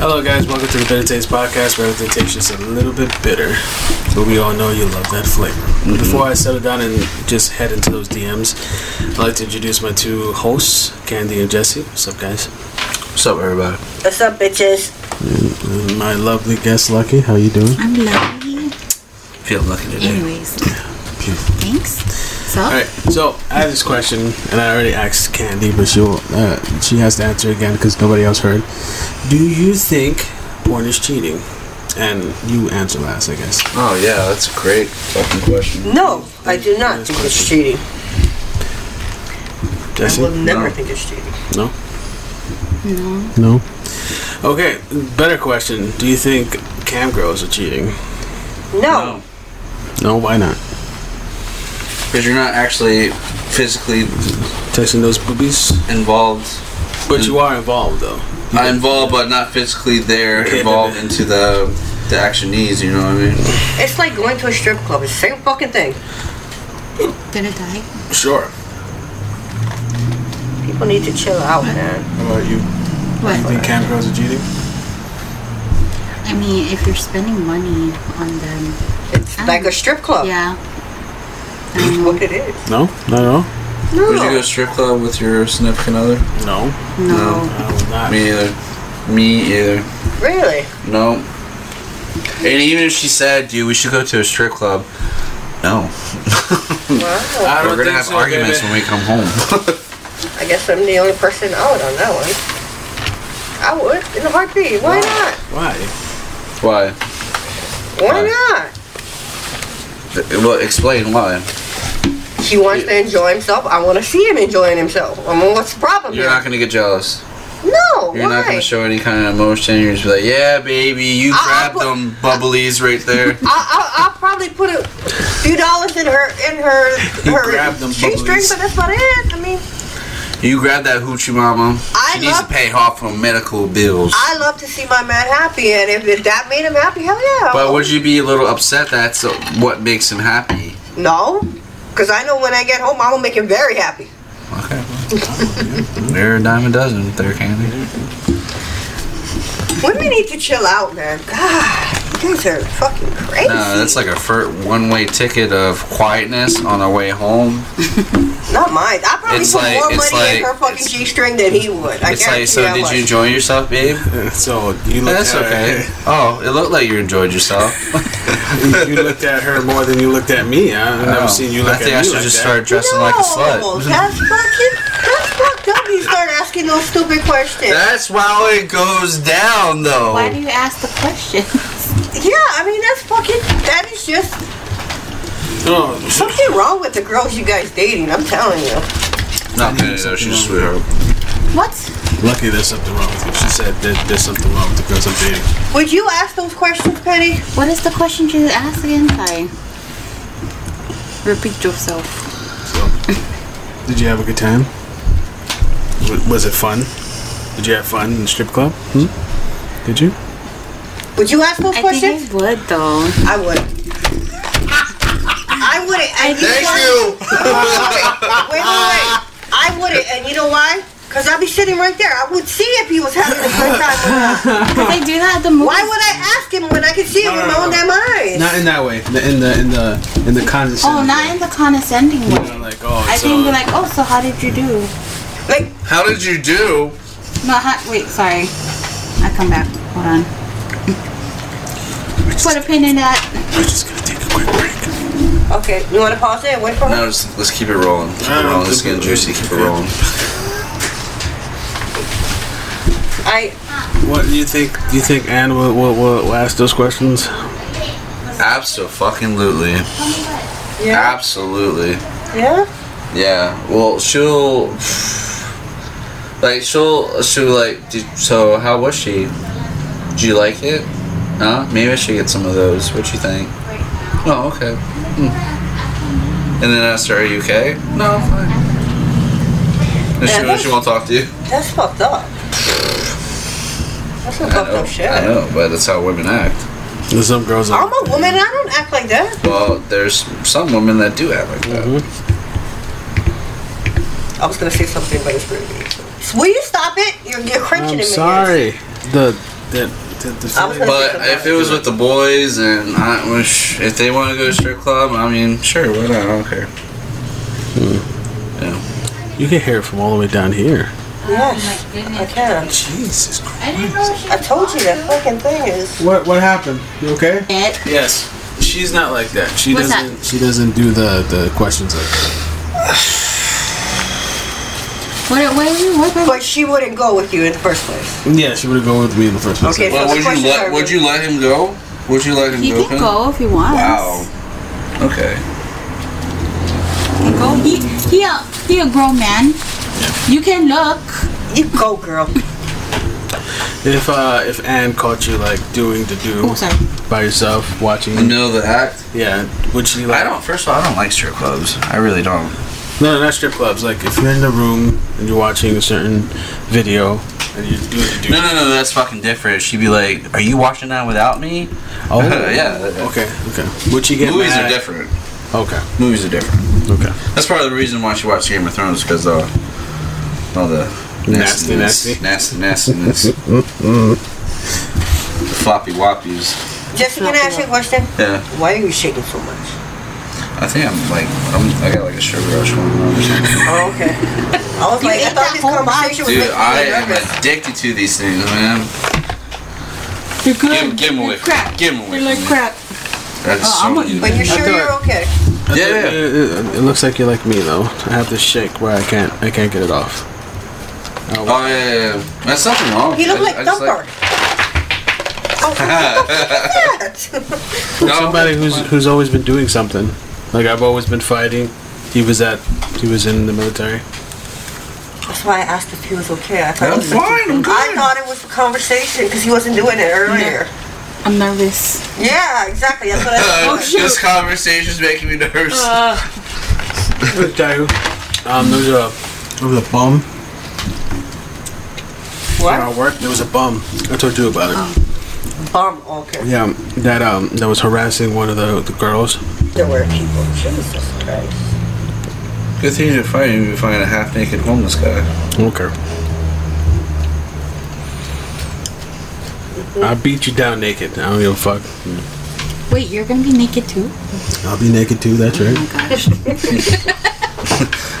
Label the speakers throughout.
Speaker 1: Hello, guys. Welcome to the Bitter Taste Podcast, where everything tastes just a little bit bitter, but we all know you love that flavor. Before I settle down and just head into those DMs, I'd like to introduce my two hosts, Candy and Jesse. What's up, guys?
Speaker 2: What's up, everybody?
Speaker 3: What's up, bitches?
Speaker 1: And Mm, my lovely guest, Lucky. How you doing?
Speaker 4: I'm lovely.
Speaker 2: Feel lucky today.
Speaker 4: Anyways, thanks. So,
Speaker 1: All right. So I have this question, and I already asked Candy, but she will uh, she has to answer again because nobody else heard. Do you think porn is cheating? And you answer last, I guess.
Speaker 2: Oh yeah, that's a great fucking question.
Speaker 3: No, I do not think it's cheating. I
Speaker 1: Jesse,
Speaker 3: will never
Speaker 2: No.
Speaker 3: think it's cheating.
Speaker 1: no.
Speaker 4: no,
Speaker 1: No. Okay, better question. Do you think cam girls are cheating?
Speaker 3: No,
Speaker 1: No, why not?
Speaker 2: Because you're not actually physically
Speaker 1: Texting those boobies?
Speaker 2: involved.
Speaker 1: But you are involved, though.
Speaker 2: Not involved, but not physically there.
Speaker 1: Okay,
Speaker 2: Involved
Speaker 1: then-
Speaker 2: into the the actionees. You know what I mean?
Speaker 3: it's like going to a strip club. It's the same fucking thing.
Speaker 4: gonna die.
Speaker 1: Sure.
Speaker 3: People need to chill out, man.
Speaker 1: How about you?
Speaker 4: What?
Speaker 1: Think cam girls are cheating?
Speaker 4: I mean, if you're spending money on them,
Speaker 3: It's like a strip club.
Speaker 4: yeah.
Speaker 3: It's
Speaker 4: Um,
Speaker 3: what it is.
Speaker 1: No, not at all.
Speaker 3: No.
Speaker 2: Would you go to a strip club with your significant other?
Speaker 1: No,
Speaker 4: no.
Speaker 1: I will not.
Speaker 2: Me either. Me either.
Speaker 3: Really?
Speaker 2: No. And even if she said, "Dude, we should go to a strip club," no, Hmm.
Speaker 3: Wow.
Speaker 1: I don't
Speaker 2: we're gonna
Speaker 1: think
Speaker 2: have
Speaker 1: so,
Speaker 2: arguments
Speaker 1: baby.
Speaker 2: when we come home.
Speaker 3: I guess I'm the only person out on that one. I would, in a heartbeat. Why not?
Speaker 1: Why?
Speaker 2: Why?
Speaker 3: Why
Speaker 2: Why?
Speaker 3: not?
Speaker 2: Well, explain why.
Speaker 3: He wants to enjoy himself. I want to see him enjoying himself. I mean, what's the problem
Speaker 2: You're
Speaker 3: here?
Speaker 2: not gonna get jealous.
Speaker 3: no,
Speaker 2: You're
Speaker 3: why?
Speaker 2: not gonna show any kind of emotion. You're just be like, yeah, baby, you
Speaker 3: I'll
Speaker 2: grabbed
Speaker 3: put-
Speaker 2: them bubblies right there.
Speaker 3: I, I, I'll probably put a few dollars in her in her
Speaker 1: You
Speaker 3: her
Speaker 1: grabbed them
Speaker 3: shoestring,
Speaker 1: bubblies.
Speaker 3: but that's about it. I mean,
Speaker 2: You grabbed that hoochie mama.
Speaker 3: I
Speaker 2: she needs to
Speaker 3: love-
Speaker 2: pay off her medical bills.
Speaker 3: I love to see my man happy, and if, if that made him happy, hell yeah.
Speaker 2: but would you be a little upset that's what makes him happy?
Speaker 3: No, because I know when I get home, I'm gonna make him very happy.
Speaker 2: Okay. They're a dime a dozen, there, Candy.
Speaker 3: Women need to chill out, man. God, you guys are fucking crazy.
Speaker 2: No, that's like a fir- one-way ticket of quietness on our way home.
Speaker 3: not mine. I probably
Speaker 2: It's
Speaker 3: put
Speaker 2: like-
Speaker 3: more money
Speaker 2: it's
Speaker 3: in
Speaker 2: like-
Speaker 3: her fucking
Speaker 2: it's-
Speaker 3: g string than he would. I
Speaker 2: it's like,
Speaker 3: guarantee
Speaker 2: so did
Speaker 3: that
Speaker 2: you
Speaker 3: much.
Speaker 2: enjoy yourself, babe?
Speaker 1: So you looked
Speaker 2: That's
Speaker 1: at
Speaker 2: okay. Oh, it looked like you enjoyed yourself.
Speaker 1: her. you looked at her more than you looked at me. I've never
Speaker 2: Oh,
Speaker 1: seen you
Speaker 2: I
Speaker 1: look
Speaker 2: think
Speaker 1: at
Speaker 2: I
Speaker 1: me
Speaker 2: should
Speaker 1: like
Speaker 2: just
Speaker 1: that.
Speaker 2: start dressing like a
Speaker 3: No,
Speaker 2: slut.
Speaker 3: That's fucking. That's fucked up. You start asking those stupid questions.
Speaker 2: That's how it goes down, though.
Speaker 4: Why do you ask the question?
Speaker 3: Yeah, I mean that's fucking. That is just
Speaker 1: No,
Speaker 3: something wrong with the girls you guys dating. I'm telling you.
Speaker 2: Not Penny, though. She's a sweetheart.
Speaker 4: what?
Speaker 1: Lucky there's something wrong with you. She said that there's something wrong with the girls I'm dating.
Speaker 3: Would you ask those questions, Penny?
Speaker 4: What is the question you asked again? Sorry. Repeat yourself.
Speaker 1: So, did you have a good time? W- was it fun? Did you have fun in the strip club? Hmm? Did you?
Speaker 3: Would you ask those
Speaker 4: I
Speaker 3: questions?
Speaker 4: think I would though.
Speaker 3: I would. I wouldn't. And you. know what? Wait, wait, wait. I wouldn't, and you know why? Cause I'd be sitting right there. I would see if he was having a good time or not.
Speaker 4: Cause I do that at the movies.
Speaker 3: Why would I ask him when I could see it
Speaker 1: No, no,
Speaker 3: with my own
Speaker 1: no.
Speaker 3: damn eyes?
Speaker 1: Not in that way. In the in the in the, in the condescending.
Speaker 4: Oh, not in the condescending way.
Speaker 1: You know, like oh,
Speaker 4: I
Speaker 1: so,
Speaker 4: think we're like, oh, so how did you do?
Speaker 3: Like,
Speaker 2: How did you do?
Speaker 4: No, ha- wait, sorry. I come back. Hold on. Put a pin in that.
Speaker 1: we're just gonna take a quick break.
Speaker 3: okay, you want to pause it and wait for
Speaker 2: No,
Speaker 3: her?
Speaker 2: just, let's keep it rolling. Keep it rolling. Let's get juicy. Keep it rolling.
Speaker 3: I.
Speaker 1: What do you think? Do you think Anne will, will, will ask those questions?
Speaker 2: Absolutely.
Speaker 3: Yeah.
Speaker 2: Absolutely.
Speaker 3: Yeah.
Speaker 2: Yeah. Well, she'll. Like, she'll. She'll, be like, "Did- so how was she? Did you like it? Huh? Maybe I should get some of those. What you think? Oh, okay. Hmm. And then I start, are you okay? No, I'm fine. And she, she won't talk to you.
Speaker 3: That's fucked up. That's some
Speaker 2: I
Speaker 3: fucked
Speaker 2: know,
Speaker 3: up shit.
Speaker 2: I know, but that's how women act.
Speaker 1: There's some girls.
Speaker 3: I'm
Speaker 1: That,
Speaker 3: a woman. I don't act like that.
Speaker 2: Well, there's some women that do act like that.
Speaker 3: I was gonna say something, but it's really mean. Will you stop it? You're, you're crunching in
Speaker 1: I'm
Speaker 3: my
Speaker 1: sorry.
Speaker 3: ears.
Speaker 1: The the the, the
Speaker 3: I was
Speaker 1: feeling-
Speaker 2: But if it was with the boys and I wish if they want to go to strip club, I mean, sure, why not? I don't care.
Speaker 1: you can hear it from all the way down here.
Speaker 2: Oh
Speaker 3: Yes,
Speaker 4: My goodness.
Speaker 3: I can.
Speaker 1: Jesus. Christ.
Speaker 4: I didn't know she
Speaker 3: I told you that fucking thing is.
Speaker 5: What what happened? You okay?
Speaker 4: it.
Speaker 1: Yes. She's not like that. She
Speaker 4: What's
Speaker 1: doesn't. She doesn't do the the questions like that.
Speaker 4: What, what, what, what,
Speaker 3: But she wouldn't go with you in the first place.
Speaker 1: Yeah, she would have gone with me in the first place.
Speaker 3: Okay.
Speaker 2: Well,
Speaker 3: the
Speaker 2: would you
Speaker 3: questions
Speaker 2: let
Speaker 3: are-
Speaker 2: would you let him go? Would you let him
Speaker 4: He
Speaker 2: go?
Speaker 4: can
Speaker 2: Ken?
Speaker 4: go if he wants.
Speaker 2: Wow. Okay.
Speaker 4: He can go. He, he, a, he a grown man. You can look.
Speaker 3: You go, girl.
Speaker 1: If uh, if Anne caught you like doing the do
Speaker 4: Oh, sorry.
Speaker 1: by yourself watching,
Speaker 2: In the middle of the act.
Speaker 1: yeah, would she like?
Speaker 2: I don't. First of all, I don't like strip clubs. I really don't.
Speaker 1: No, no, not strip clubs. Like if you're in the room and you're watching a certain video and you do the do.
Speaker 2: No, no, no. That's fucking different. She'd be like, "Are you watching that without me?"
Speaker 1: Oh,
Speaker 2: yeah.
Speaker 1: Okay, okay. Would she get
Speaker 2: Movies
Speaker 1: mad?
Speaker 2: are different.
Speaker 1: Okay,
Speaker 2: Movies are different.
Speaker 1: okay.
Speaker 2: That's part of the reason why she watched Game of Thrones because uh, all the
Speaker 1: Nasty,
Speaker 2: nastiness, nasty, nastiness, the floppy woppies.
Speaker 3: Jessica, can I ask you a question?
Speaker 2: Yeah,
Speaker 3: Why are you shaking so much?
Speaker 2: I think I'm like, I'm, I got like a sugar rush going on. or something.
Speaker 3: Oh, okay. I was like, I
Speaker 4: ate
Speaker 3: thought
Speaker 4: that
Speaker 3: this
Speaker 4: whole
Speaker 3: conversation was
Speaker 2: Dude,
Speaker 3: making
Speaker 2: I
Speaker 3: me nervous.
Speaker 2: am addicted to these things, man.
Speaker 4: You're good.
Speaker 2: Give- give him
Speaker 4: You're
Speaker 2: away from me.
Speaker 4: Crap.
Speaker 2: Give him away
Speaker 4: You're
Speaker 2: from
Speaker 4: like
Speaker 2: me.
Speaker 4: crap.
Speaker 2: That's
Speaker 4: Oh, I'm
Speaker 2: so
Speaker 4: gonna-
Speaker 2: easy.
Speaker 3: But you're
Speaker 1: I
Speaker 3: sure
Speaker 1: thought-
Speaker 3: you're okay?
Speaker 1: It,
Speaker 2: Yeah, yeah.
Speaker 1: it- it looks like you're like me though. I have this shake where I can't, I can't get it off. Oh,
Speaker 2: Oh yeah, yeah, yeah. That's nothing wrong.
Speaker 3: You look
Speaker 2: I-
Speaker 3: like
Speaker 2: I just
Speaker 3: Thumper. Oh, what the fuck is that?
Speaker 1: Well, somebody who's who's always been doing something. Like I've always been fighting. He was at, he was in the military.
Speaker 3: That's why I asked if he was okay. I thought,
Speaker 2: I'm
Speaker 3: it was a-
Speaker 2: fine. I'm
Speaker 3: I
Speaker 2: good.
Speaker 3: thought it was a conversation because he wasn't doing it earlier.
Speaker 4: I'm nervous.
Speaker 3: Yeah, exactly. That's what I
Speaker 2: Uh,
Speaker 3: thought.
Speaker 4: shoot.
Speaker 2: This conversation's making me nervous.
Speaker 1: Um, there was a there was a bum at
Speaker 3: What?
Speaker 1: our work. There was a bum. I told you about it.
Speaker 3: Bum. Okay.
Speaker 1: Yeah, that um that was harassing one of the the girls.
Speaker 3: There were people. Jesus Christ.
Speaker 2: Good thing you're fighting. You're find a half-naked homeless guy.
Speaker 1: Okay. I beat you down naked. I don't give a fuck.
Speaker 4: Wait, you're gonna be naked too?
Speaker 1: I'll be naked too. That's
Speaker 4: Oh
Speaker 1: right.
Speaker 4: my gosh.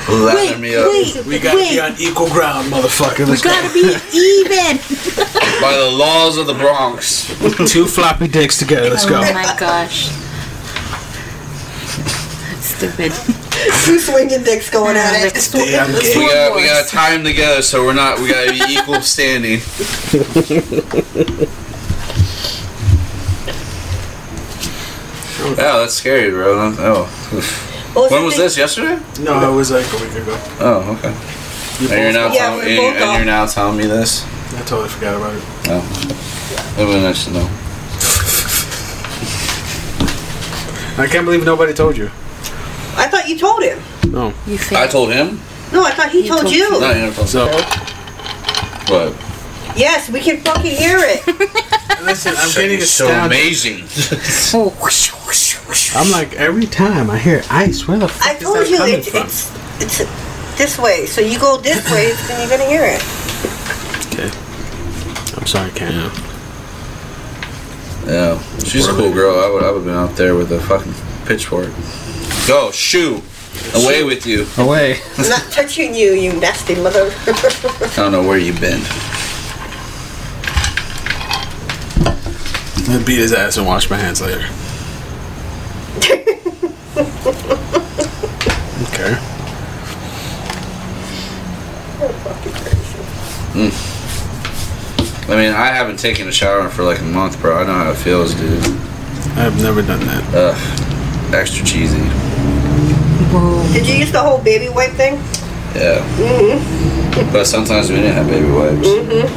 Speaker 2: Lather
Speaker 4: wait,
Speaker 2: me up.
Speaker 4: wait,
Speaker 1: We gotta
Speaker 4: wait.
Speaker 1: be on equal ground, motherfucker.
Speaker 4: we
Speaker 1: Let's go.
Speaker 4: gotta be even.
Speaker 2: By the laws of the Bronx.
Speaker 1: Two floppy dicks together. Let's go.
Speaker 4: Oh my gosh. Stupid.
Speaker 3: Two swinging dicks going at it.
Speaker 1: Yeah, I'm
Speaker 2: We
Speaker 1: gay.
Speaker 2: got we got to tie them together so we're not. We gotta be equal standing. Yeah, that's scary, bro. Oh, oof.
Speaker 3: Well,
Speaker 2: when was
Speaker 3: the
Speaker 2: this? Yesterday?
Speaker 1: No, it was like a week ago.
Speaker 2: Oh, okay.
Speaker 1: You
Speaker 2: And you're
Speaker 1: both-
Speaker 2: now,
Speaker 3: Yeah,
Speaker 2: telling,
Speaker 3: we
Speaker 2: and,
Speaker 3: both
Speaker 2: and
Speaker 3: are.
Speaker 2: you're now telling me this?
Speaker 1: I totally forgot about it.
Speaker 2: No. It would be nice to know.
Speaker 1: I can't believe nobody told you.
Speaker 3: thing- I thought you told him.
Speaker 1: No.
Speaker 4: You
Speaker 2: I
Speaker 4: failed.
Speaker 2: told him.
Speaker 3: No, I thought he
Speaker 4: You
Speaker 3: told,
Speaker 4: told
Speaker 3: you.
Speaker 2: No, you never told him.
Speaker 1: So
Speaker 2: What?
Speaker 3: Yes, we can fucking hear it.
Speaker 1: listen, I'm getting
Speaker 2: It's so
Speaker 1: astounded.
Speaker 2: amazing.
Speaker 4: Oh, whoosh, whoosh, whoosh.
Speaker 1: I'm like every time I hear ice, where the fuck
Speaker 3: I
Speaker 1: is
Speaker 3: told
Speaker 1: that
Speaker 3: you
Speaker 1: coming
Speaker 3: it's,
Speaker 1: from?
Speaker 3: it's it's this way. So you go this way, and you're gonna hear it.
Speaker 1: I'm sorry, Ken.
Speaker 2: Yeah, she's a cool girl. I would, I would have been out there with a fucking pitchfork. Go, shoo! Away with you.
Speaker 5: Away.
Speaker 3: I'm not touching you, you nasty mother.
Speaker 2: I don't know where you've been.
Speaker 1: I beat his ass and wash my hands later. okay.
Speaker 2: I mean, I haven't taken a shower for like a month, bro. I know how it feels, dude.
Speaker 1: I've never done that.
Speaker 2: Ugh, extra cheesy.
Speaker 4: Whoa.
Speaker 3: Did you use the whole baby wipe thing?
Speaker 2: Yeah. But sometimes we didn't have baby wipes.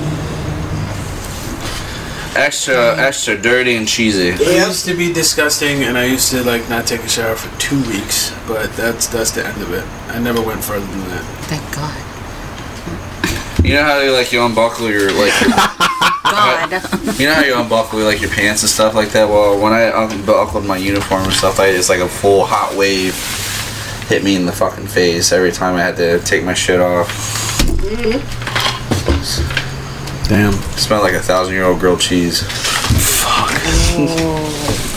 Speaker 2: Extra, extra dirty and cheesy.
Speaker 1: It used to be disgusting, and I used to like not take a shower for two weeks. But that's that's the end of it. I never went further than that.
Speaker 4: Thank God.
Speaker 2: You know how you like you unbuckle your like
Speaker 4: God.
Speaker 2: You know how you unbuckle like your pants and stuff like that? Well, when I unbuckled my uniform and stuff, I it's like a full hot wave hit me in the fucking face every time I had to take my shit off.
Speaker 1: Damn.
Speaker 2: Smell like a thousand year old grilled cheese.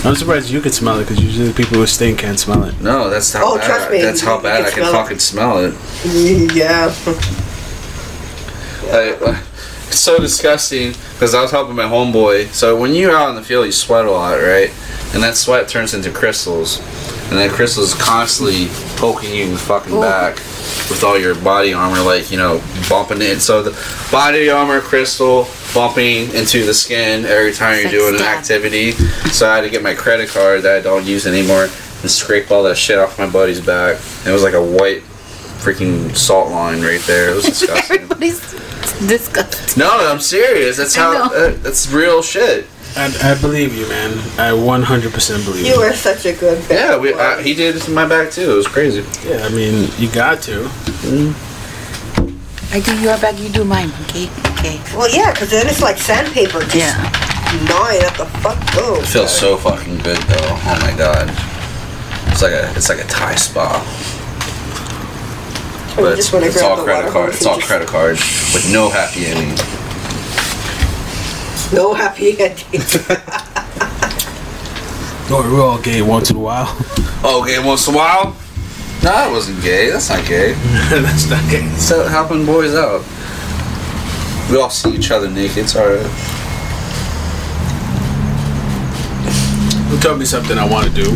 Speaker 1: I'm surprised you could smell it because usually the people who stink can't smell it.
Speaker 2: No, that's how
Speaker 3: Oh,
Speaker 2: bad.
Speaker 3: trust me,
Speaker 2: that's how
Speaker 3: you
Speaker 2: bad
Speaker 3: can
Speaker 2: I can
Speaker 3: smell it.
Speaker 2: fucking smell it.
Speaker 3: yeah.
Speaker 2: Like, it's so disgusting because I was helping my homeboy. So when you're out in the field, you sweat a lot, right? And that sweat turns into crystals, and that crystal is constantly poking you in the fucking back with all your body armor, like you know, bumping it. So the body armor crystal bumping into the skin every time you're
Speaker 5: Sex
Speaker 2: doing an
Speaker 5: stab.
Speaker 2: activity. So I had to get my credit card that I don't use anymore and scrape all that shit off my buddy's back. And it was like a white freaking salt line right there. It was disgusting.
Speaker 5: Everybody's disgusting.
Speaker 2: No, I'm serious. That's how.
Speaker 5: I know.
Speaker 2: Uh, that's real shit.
Speaker 1: I, I believe you, man. I 100% believe
Speaker 3: You
Speaker 1: you.
Speaker 3: are such a good bad
Speaker 2: Yeah, we,
Speaker 3: boy.
Speaker 2: I, he did it to my back too. It was crazy.
Speaker 1: Yeah, I mean, you got to.
Speaker 5: I do your back, you do mine. Okay, okay.
Speaker 3: well, yeah, because then it's like sandpaper just
Speaker 5: Yeah.
Speaker 3: gnawing at the fuck. Oh,
Speaker 2: It feels so fucking good though. Oh my god. It's like a it's like a Thai spa,
Speaker 3: I
Speaker 2: but it's,
Speaker 3: Oh, just wanna
Speaker 2: it's
Speaker 3: grab
Speaker 2: all
Speaker 3: the
Speaker 2: credit
Speaker 3: water
Speaker 2: card.
Speaker 3: hose
Speaker 2: It's
Speaker 3: and
Speaker 2: all
Speaker 3: just-
Speaker 2: credit card with no happy ending.
Speaker 3: No happy ending.
Speaker 1: Or we're all gay once in a while.
Speaker 2: Oh, gay once in a while. No, that wasn't gay. That's not gay.
Speaker 1: That's not gay.
Speaker 2: It's out helping boys out. We all see each other naked. It's alright.
Speaker 1: You told me something I want to do.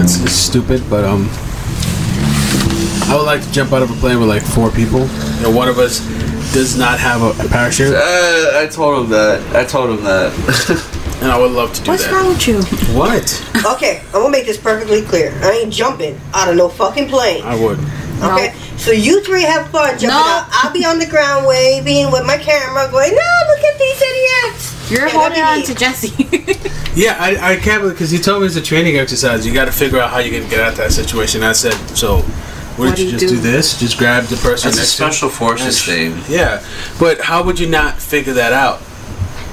Speaker 1: It's, it's stupid, but um, I would like to jump out of a plane with like four people, and one of us does not have a, a parachute,
Speaker 2: Uh, I told him that. I told him that.
Speaker 1: and I would love to do
Speaker 5: What's
Speaker 1: that.
Speaker 5: wrong with you?
Speaker 1: What?
Speaker 3: okay, I'm gonna make this perfectly clear. I ain't jumping out of no fucking plane.
Speaker 1: I would.
Speaker 3: Okay, so you three have fun jumping
Speaker 5: No.
Speaker 3: out. I'll be on the ground waving with my camera, going, "No, look at these idiots."
Speaker 5: You're
Speaker 3: Yeah,
Speaker 5: holding on
Speaker 3: that'd be me.
Speaker 5: to Jesse.
Speaker 1: Yeah, I, I can't because you told me it's a training exercise. You got to figure out how you can get out of that situation. I said, so would
Speaker 5: What do
Speaker 1: you
Speaker 5: you
Speaker 1: just do?
Speaker 5: do?
Speaker 1: this? Just grab the person
Speaker 2: It's a
Speaker 1: next to
Speaker 2: special forces thing.
Speaker 1: Yeah, but how would you not figure that out?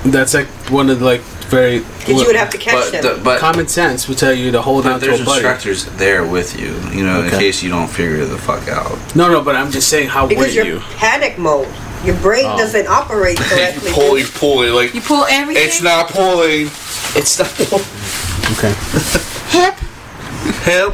Speaker 1: That's like one of the, like very
Speaker 3: Because you would have to catch
Speaker 2: But
Speaker 3: them.
Speaker 2: the, but
Speaker 1: common sense would tell you to hold
Speaker 2: But
Speaker 1: on to
Speaker 2: there's
Speaker 1: a buddy.
Speaker 2: instructors there with you, you know,
Speaker 1: Okay.
Speaker 2: in case you don't figure the fuck out.
Speaker 1: No, no, but I'm just saying, how would
Speaker 3: because you're
Speaker 1: you?
Speaker 3: panic mode. Your brain
Speaker 1: Oh.
Speaker 3: doesn't operate correctly.
Speaker 2: pull it, like,
Speaker 5: you pull everything.
Speaker 2: not pulling. It's not pulling.
Speaker 1: Okay.
Speaker 5: hip.
Speaker 2: Help.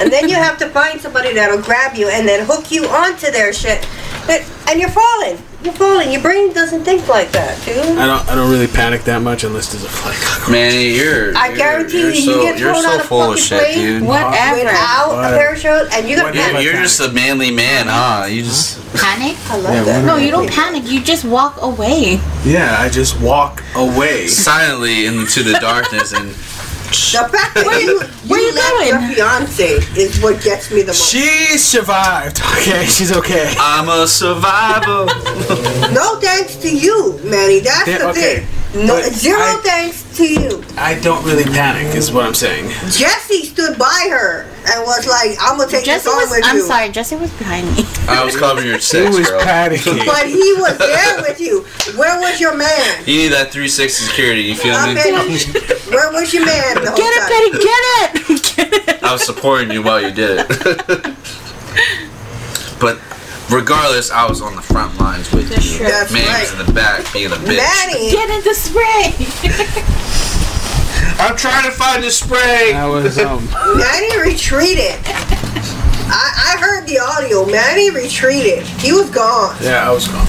Speaker 3: and then you have to find somebody that'll grab you and then hook you onto their shit. But, and you're falling. You're falling. Your brain doesn't think like that, dude.
Speaker 1: I don't. I don't really panic that much unless there's a flight.
Speaker 2: Manny, you're.
Speaker 3: I
Speaker 2: you're-
Speaker 3: guarantee
Speaker 2: you're
Speaker 3: you, you
Speaker 2: so,
Speaker 3: get
Speaker 2: You're
Speaker 3: thrown
Speaker 2: so
Speaker 3: out of
Speaker 2: full of
Speaker 3: fucking
Speaker 2: shit,
Speaker 3: plane.
Speaker 2: dude.
Speaker 5: Whatever.
Speaker 3: Without a
Speaker 1: Whatever.
Speaker 3: parachute, and you're gonna
Speaker 1: Whatever.
Speaker 2: You're,
Speaker 3: panic.
Speaker 2: you're just a manly man, huh? You just.
Speaker 5: Panic.
Speaker 3: I love
Speaker 1: Yeah,
Speaker 3: that.
Speaker 1: whatever.
Speaker 5: No, you don't panic. You just walk away.
Speaker 1: yeah, I just walk away.
Speaker 2: Silently into the darkness and
Speaker 3: The fact that you,
Speaker 5: where
Speaker 3: you
Speaker 5: you
Speaker 3: left
Speaker 5: going?
Speaker 3: your fiance is what gets me the most.
Speaker 1: She survived. Okay, she's okay.
Speaker 2: I'm a survivor.
Speaker 3: No thanks to you, Manny. That's
Speaker 1: Yeah,
Speaker 3: the
Speaker 1: okay.
Speaker 3: thing. No,
Speaker 1: But
Speaker 3: zero
Speaker 1: I-
Speaker 3: thanks to you.
Speaker 1: I don't really panic, is what I'm saying.
Speaker 3: Jesse stood by her and was like, "I'm gonna take
Speaker 5: Jesse
Speaker 3: this on
Speaker 5: was.
Speaker 3: with
Speaker 5: I'm
Speaker 3: you."
Speaker 5: sorry. Jesse was behind me.
Speaker 2: I was covering your
Speaker 1: She
Speaker 2: six,
Speaker 1: was
Speaker 2: girl.
Speaker 1: panicking.
Speaker 3: But he was there with you. Where was your man?
Speaker 2: You need that 360 security, you feel me?
Speaker 3: Okay. Where was your man the whole
Speaker 5: Get it,
Speaker 3: time?
Speaker 5: Betty. Get it. Get it.
Speaker 2: I was supporting you while you did it. but regardless, I was on the front lines with
Speaker 5: That's
Speaker 2: you.
Speaker 5: true.
Speaker 3: That's
Speaker 2: Man
Speaker 3: right.
Speaker 2: was in the back being a bitch.
Speaker 3: Manny,
Speaker 5: Get in the spray.
Speaker 2: I'm trying to find the spray.
Speaker 1: I was um.
Speaker 3: Manny retreated. I, I heard the audio. Manny retreated. He was gone.
Speaker 1: Yeah, I was calm.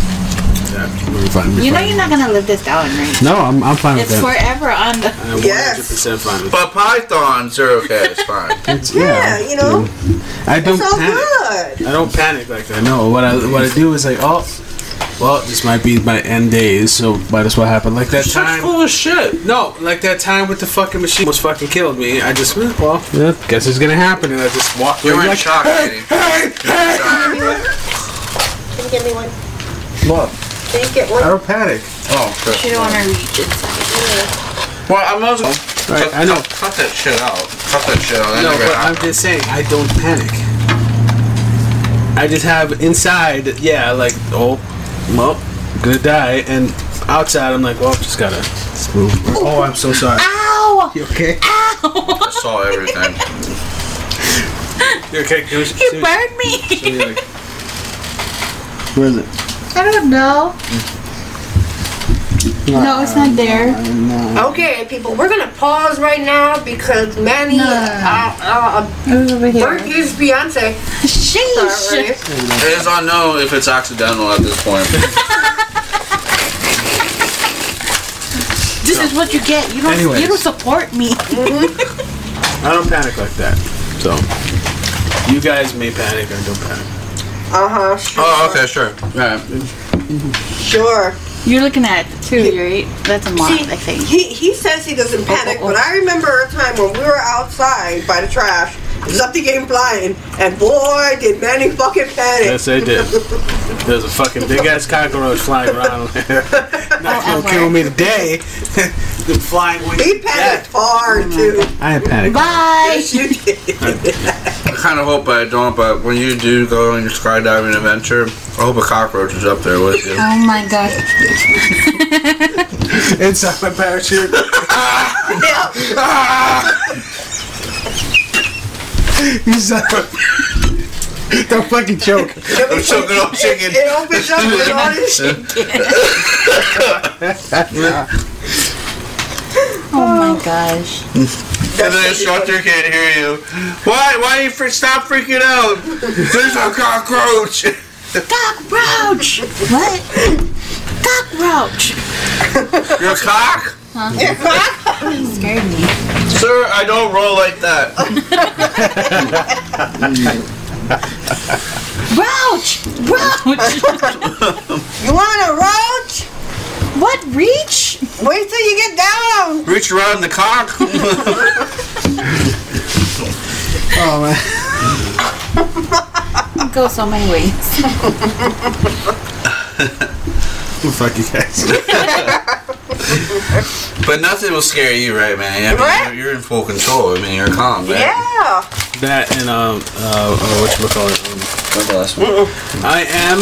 Speaker 1: Yeah, we were fine. we were
Speaker 5: You know
Speaker 1: fine.
Speaker 5: you're not gonna live this down, right?
Speaker 1: No, I'm. I'm fine
Speaker 5: It's
Speaker 1: with that.
Speaker 5: forever on the.
Speaker 1: I'm
Speaker 3: Yes.
Speaker 1: 100% fine with
Speaker 2: But pythons are okay. It's fine.
Speaker 1: that.
Speaker 3: Yeah, you know,
Speaker 1: I don't
Speaker 3: it's all
Speaker 1: panic.
Speaker 3: good.
Speaker 1: I don't panic like that. No, what I what I do is like, oh, well, this might be my end days, so might as well happen. Like that time.
Speaker 2: full of shit.
Speaker 1: No, like that time with the fucking machine was fucking killed me. I just eh, well, yeah, guess it's gonna happen, and I just walked away.
Speaker 2: You're in
Speaker 1: like,
Speaker 2: shock, Manny.
Speaker 1: Hey, hey,
Speaker 3: Can you get me one?
Speaker 1: Look,
Speaker 3: Can you get
Speaker 1: I
Speaker 3: one?
Speaker 1: don't panic.
Speaker 2: Oh, crap.
Speaker 5: You don't wanna reach inside.
Speaker 2: Well, I might as well.
Speaker 1: Right, I know.
Speaker 2: Cut, cut that shit out. Cut that shit out. That
Speaker 1: No,
Speaker 2: never
Speaker 1: but I'm
Speaker 2: happened.
Speaker 1: just saying I don't panic. I just have inside, yeah, like oh, well, gonna die, and outside I'm like, well, just gotta just move. Oh, I'm so sorry.
Speaker 5: Ow!
Speaker 1: You okay?
Speaker 2: I saw everything.
Speaker 1: You okay? Can we-
Speaker 5: You
Speaker 1: can we-
Speaker 5: burned me.
Speaker 1: can we, like- Where is it?
Speaker 5: I don't know.
Speaker 4: No, it's not there.
Speaker 3: Okay, people, we're gonna pause right now because Manny,
Speaker 4: No.
Speaker 3: uh, uh,
Speaker 4: It was over
Speaker 3: burnt his fiance.
Speaker 4: Sheesh.
Speaker 2: It is unknown if it's accidental at this point.
Speaker 4: This is what you get. You don't.
Speaker 1: Anyways.
Speaker 4: You don't support me.
Speaker 1: I don't panic like that. So you guys may panic or don't panic.
Speaker 3: Uh huh. Sure.
Speaker 2: oh, okay, sure. Alright.
Speaker 3: sure.
Speaker 4: You're looking at two, right? That's a month, I think.
Speaker 3: He he says he doesn't panic,
Speaker 4: oh, oh.
Speaker 3: but I remember a time when we were outside by the trash. It was up the game blind, and boy, did Manny fucking panic.
Speaker 1: Yes, I did. There's a fucking big ass cockroach flying around. Not gonna kill me today. the flying wing.
Speaker 3: He Oh panicked
Speaker 4: Oh,
Speaker 3: hard too.
Speaker 1: I ain't panic.
Speaker 4: Bye.
Speaker 3: Yes, you did.
Speaker 2: I kind of hope I don't, but when you do go on your skydiving adventure, I hope a cockroach is up there with you.
Speaker 4: Oh my gosh.
Speaker 1: Inside my parachute.
Speaker 3: Yeah.
Speaker 1: Inside my... Don't fucking joke.
Speaker 2: I'm choking on chicken.
Speaker 3: It opens up with all this shit.
Speaker 4: Oh my gosh.
Speaker 2: And the instructor can't hear you. Why? Why you fr- stop freaking out? There's a cockroach.
Speaker 4: Cockroach. What? Cockroach.
Speaker 2: Your cock,
Speaker 4: Scared me.
Speaker 2: sir. I don't roll like that.
Speaker 4: Roach. Roach.
Speaker 3: You want a roach?
Speaker 4: what reach?
Speaker 3: Wait till you get down.
Speaker 2: Reach around the cock.
Speaker 1: Oh man.
Speaker 4: It goes so many ways.
Speaker 1: Fuck you guys.
Speaker 2: but nothing will scare you, right, man? I
Speaker 3: Right?
Speaker 2: mean, you're, you're in full control. I mean, you're calm, man.
Speaker 3: Yeah.
Speaker 1: That and um uh, uh what you call it. Um,
Speaker 2: What's the last one?
Speaker 1: I am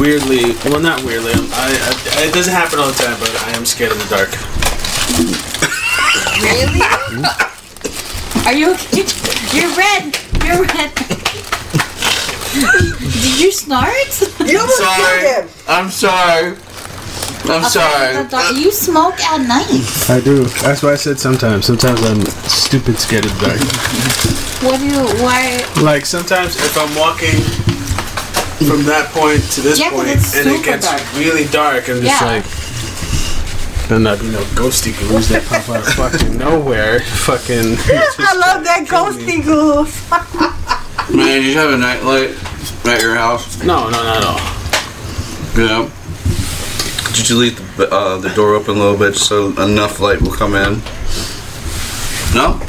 Speaker 1: weirdly, well, not weirdly. I'm, I, I it doesn't happen all the time, but I am scared of the dark.
Speaker 3: Really?
Speaker 4: Are you okay? You're red. You're red. Did you snort?
Speaker 3: You almost killed
Speaker 2: Sorry.
Speaker 3: him.
Speaker 2: I'm sorry. I'm sorry.
Speaker 4: You smoke at night.
Speaker 1: I do. That's why I said sometimes. Sometimes I'm stupid scared of the dark.
Speaker 4: What do you? Why?
Speaker 1: like sometimes if I'm walking from that point to this
Speaker 4: Yeah, 'cause
Speaker 1: point
Speaker 4: it's
Speaker 1: and it
Speaker 4: super
Speaker 1: gets
Speaker 4: dark.
Speaker 1: really dark, I'm just
Speaker 4: Yeah.
Speaker 1: like. And that, you know, ghosty goos that pop out of fucking nowhere. Fucking.
Speaker 3: I love that ghosty goose.
Speaker 2: Man, you have a nightlight at your house.
Speaker 1: No, no, not at all.
Speaker 2: Yeah. Did you leave the, uh, the door open a little bit so enough light will come in? No.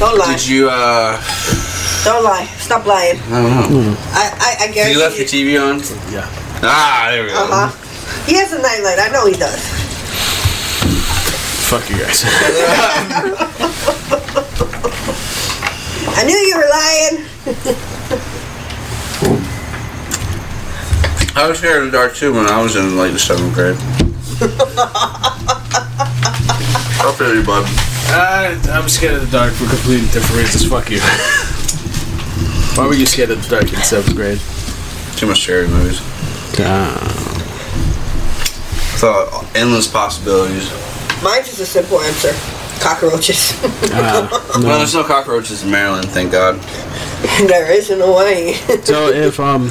Speaker 3: Don't lie.
Speaker 2: Did you? uh...
Speaker 3: Don't lie. Stop lying.
Speaker 2: I don't know.
Speaker 3: I, I, I
Speaker 2: Did
Speaker 3: guarantee
Speaker 2: you left your TV on?
Speaker 1: Yeah.
Speaker 2: Ah, there we go.
Speaker 3: Uh huh. He has a nightlight. I know he does.
Speaker 1: Fuck you guys.
Speaker 3: I knew you were lying.
Speaker 2: I was scared of the dark too when I was in like the seventh grade. Up everybody.
Speaker 1: I, Uh, I'm scared of the dark for completely different reasons. Fuck you. Why were you scared of the dark in seventh grade?
Speaker 2: Too much scary movies. Thought endless possibilities.
Speaker 3: Mine's just a simple answer. Cockroaches.
Speaker 2: Well, there's no cockroaches in Maryland, thank God.
Speaker 3: there is in Hawaii.
Speaker 1: So if um, I,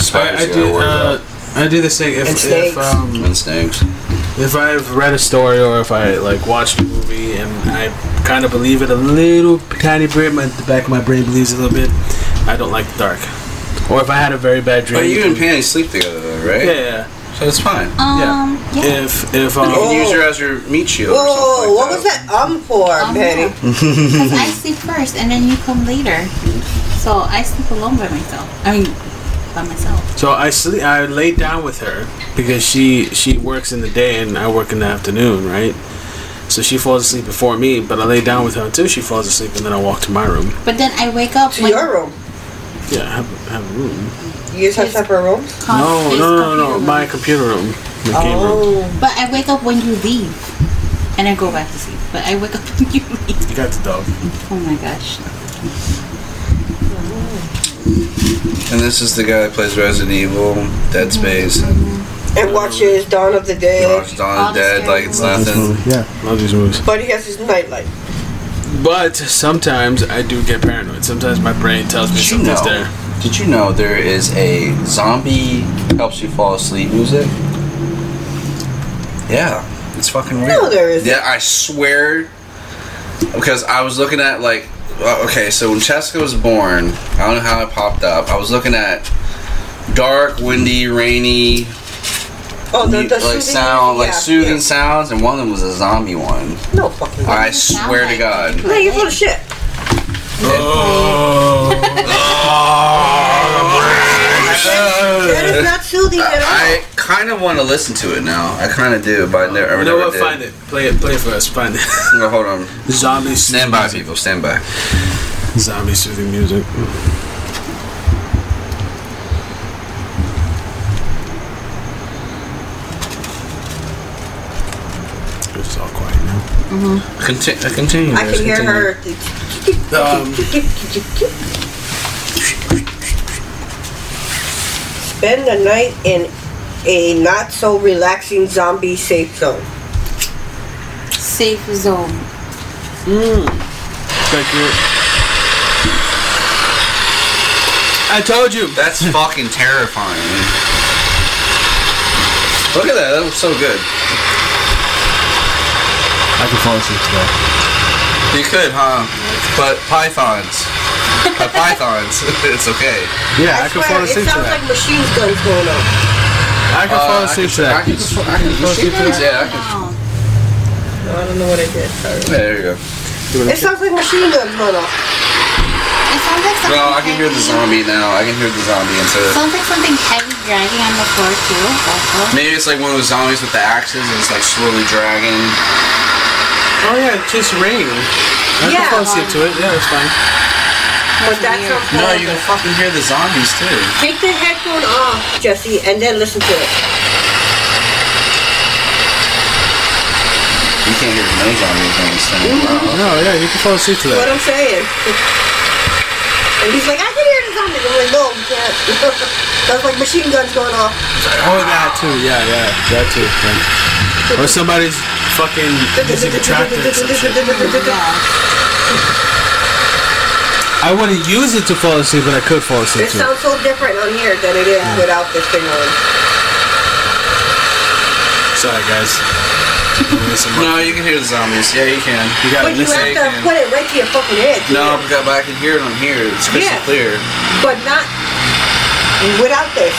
Speaker 2: Spiders
Speaker 1: I
Speaker 2: gotta
Speaker 1: do
Speaker 2: worry
Speaker 1: uh,
Speaker 2: about.
Speaker 1: I do this thing if
Speaker 3: And
Speaker 1: if
Speaker 3: snakes.
Speaker 1: um,
Speaker 2: And snakes.
Speaker 1: if I've read a story or if I like watched a movie and I kind of believe it a little tiny bit, my, the back of my brain believes it a little bit. I don't like the dark. Or if I had a very bad dream.
Speaker 2: But you and Panny sleep together though, right?
Speaker 1: yeah, yeah,
Speaker 2: So it's fine. You
Speaker 4: Um.
Speaker 1: yeah.
Speaker 4: Yeah.
Speaker 1: If if
Speaker 2: can
Speaker 1: um,
Speaker 2: use her as your meat shield or
Speaker 3: Oh. Whoa,
Speaker 2: something like
Speaker 3: what was that um for,
Speaker 4: Um,
Speaker 3: Penny?
Speaker 4: Because I sleep first, and then you come later. So I sleep alone by myself. I mean, by myself.
Speaker 1: so I sleep. I lay down with her because she she works in the day and I work in the afternoon, right? So she falls asleep before me, but I lay down with her until she falls asleep, and then I walk to my room.
Speaker 4: But then I wake up
Speaker 3: To
Speaker 4: when
Speaker 3: your room.
Speaker 1: Yeah, I have, I have a room.
Speaker 3: You guys have separate rooms?
Speaker 4: con-
Speaker 1: No, no,
Speaker 4: his
Speaker 1: no, no, no,
Speaker 4: computer
Speaker 1: my
Speaker 4: room.
Speaker 1: computer room. My game room.
Speaker 3: Oh.
Speaker 4: But I wake up when you leave, and I go back to sleep. But I wake up when you leave.
Speaker 1: You got the dog.
Speaker 4: Oh my gosh.
Speaker 2: And this is the guy that plays Resident Evil, Dead Space, and
Speaker 3: Oh. and watches Dawn of the Dead.
Speaker 2: Watch Dawn of the Dead like it's
Speaker 4: All
Speaker 2: nothing.
Speaker 6: Yeah.
Speaker 1: Love these movies.
Speaker 3: But he has his nightlight.
Speaker 1: But sometimes I do get paranoid. Sometimes my brain tells me
Speaker 2: Did you
Speaker 1: something's
Speaker 2: know?
Speaker 1: there.
Speaker 2: Did you know there is a zombie helps you fall asleep music? Yeah, it's fucking weird.
Speaker 3: No, there isn't.
Speaker 2: Yeah, I swear. Because I was looking at like, uh, okay, so when Cheska was born, I don't know how it popped up. I was looking at dark, windy, rainy,
Speaker 3: Oh, the,
Speaker 2: mu-
Speaker 3: the
Speaker 2: like
Speaker 3: soothing-
Speaker 2: sound, like
Speaker 3: yeah,
Speaker 2: soothing
Speaker 3: yeah.
Speaker 2: sounds, and one of them was a zombie one.
Speaker 3: No fucking. way.
Speaker 2: I
Speaker 4: does it sound
Speaker 2: swear to
Speaker 4: like?
Speaker 2: God.
Speaker 3: No, you're full of shit.
Speaker 2: Oh.
Speaker 3: That is not soothing at all.
Speaker 2: I kind of want to listen to it now. I kind of do, but I never. I
Speaker 1: You know
Speaker 2: never
Speaker 1: what?
Speaker 2: did.
Speaker 1: Find it. Play it. Play it for us. Find it.
Speaker 2: No, hold on.
Speaker 1: Zombie
Speaker 2: Stand by, people. Stand by.
Speaker 1: Zombie soothing music. It's all quiet now.
Speaker 2: Conti- uh, continue.
Speaker 3: Mm-hmm. I can hear her.
Speaker 1: Um,
Speaker 3: Spend the night in a not so relaxing zombie safe zone.
Speaker 4: Safe zone.
Speaker 1: thank you. I told you.
Speaker 2: That's fucking terrifying. Look at that. That was so good.
Speaker 6: I can fall asleep to that.
Speaker 2: You could, huh? But pythons. But pythons. it's okay.
Speaker 6: Yeah, I,
Speaker 3: I
Speaker 6: can
Speaker 3: swear,
Speaker 6: fall
Speaker 3: it
Speaker 6: asleep to
Speaker 3: sounds
Speaker 6: that.
Speaker 3: like machine guns going on.
Speaker 6: I can fall
Speaker 2: Uh,
Speaker 6: asleep to
Speaker 2: I
Speaker 6: that.
Speaker 2: can, I can,
Speaker 6: fall asleep to that.
Speaker 2: Yeah, I can.
Speaker 4: Wow.
Speaker 3: No, I don't know what I did. Sorry.
Speaker 2: Yeah, there you go.
Speaker 3: It sounds like machine guns going off.
Speaker 4: It sounds like something.
Speaker 2: No, I can hear the
Speaker 4: heavy-
Speaker 2: zombie now. I can hear the zombie into it.
Speaker 4: Sounds like something heavy dragging on the floor too. Also.
Speaker 2: Maybe it's like one of those zombies with the axes and it's like slowly dragging.
Speaker 1: Oh yeah, just ring. I
Speaker 3: Yeah.
Speaker 1: can fall asleep to it. Yeah, it's fine.
Speaker 3: But that's
Speaker 4: weird.
Speaker 3: some kind of-
Speaker 2: fucking hear the zombies too.
Speaker 3: Take the headphone off, Jesse, and then listen to it.
Speaker 2: You can't hear no zombies when you stand around.
Speaker 6: No, yeah, you can fall asleep to
Speaker 3: What
Speaker 6: that.
Speaker 3: I'm saying. And he's like, I can hear the zombies. I'm like, no, you can't. That's like machine guns going off.
Speaker 1: Oh, that too. Yeah, yeah, that too. Thank- Or somebody's fucking using a tractor. or some shit.
Speaker 3: It
Speaker 6: I wouldn't use it to fall asleep, but I could fall asleep to it.
Speaker 3: sounds so different on here than it is without this thing on.
Speaker 1: Sorry, guys.
Speaker 2: No, you can hear the zombies. Yeah, you can.
Speaker 1: You got
Speaker 3: But you
Speaker 1: listen.
Speaker 3: have to
Speaker 2: mistaken.
Speaker 3: put it right to your fucking head.
Speaker 2: No, but I can hear it on here. It's crystal
Speaker 3: Yeah.
Speaker 2: clear.
Speaker 3: But not without this.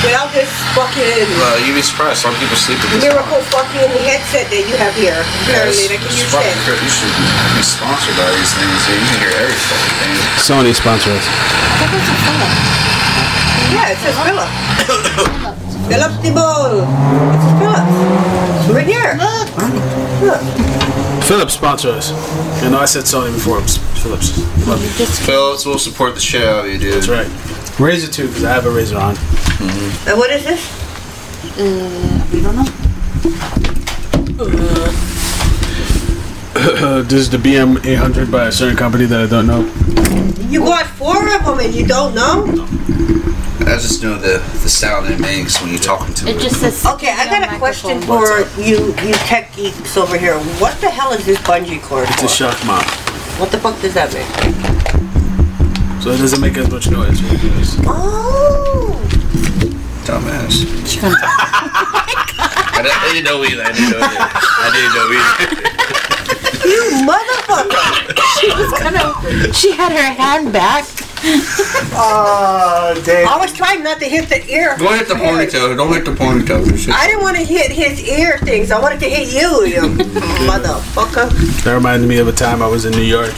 Speaker 3: Without this fucking
Speaker 2: Well, you'd be surprised. Some people sleep with this.
Speaker 3: miracle fucking headset that you have here.
Speaker 2: Yeah,
Speaker 3: Apparently,
Speaker 2: it's,
Speaker 3: that can
Speaker 2: it's
Speaker 3: use
Speaker 2: fucking
Speaker 3: that.
Speaker 2: cra- You should be sponsored by these things. So you can hear every fucking thing.
Speaker 1: Sony sponsor us.
Speaker 4: That was a Philip.
Speaker 3: Yeah, it says Philip. Phillips the ball. It's a Phillips. It's right here.
Speaker 4: Look.
Speaker 3: Look.
Speaker 1: Philips sponsor us. I know I said Sony before. it's Philips. Love you.
Speaker 2: Phillips will support the shit out of you, dude.
Speaker 1: That's right. Razor too, because I have a razor on.
Speaker 3: And what is this?
Speaker 4: Uh, we don't know.
Speaker 1: this is the BM 800 by a certain company that I don't know.
Speaker 3: You bought four of them and you don't know?
Speaker 2: I just know the, the sound it makes when you're talking to it.
Speaker 4: It just says.
Speaker 3: Okay, I got a question
Speaker 4: Microphone.
Speaker 3: for you, you tech geeks over here. What the hell is this bungee cord
Speaker 1: It's a
Speaker 3: for?
Speaker 1: shock mount,
Speaker 3: What the fuck does that mean?
Speaker 1: so it doesn't make as much noise. when you use it.
Speaker 3: Oh,
Speaker 2: Dumbass. I, didn't, I didn't know either. I didn't know either. I didn't know either.
Speaker 3: you motherfucker!
Speaker 5: She had her hand back.
Speaker 6: Oh, damn.
Speaker 3: I was trying not to hit the ear.
Speaker 2: Don't hit the ponytail. Don't hit the ponytail. and shit.
Speaker 3: I didn't want to hit his ear things. I wanted to hit you, you motherfucker.
Speaker 1: That reminded me of a time I was in New York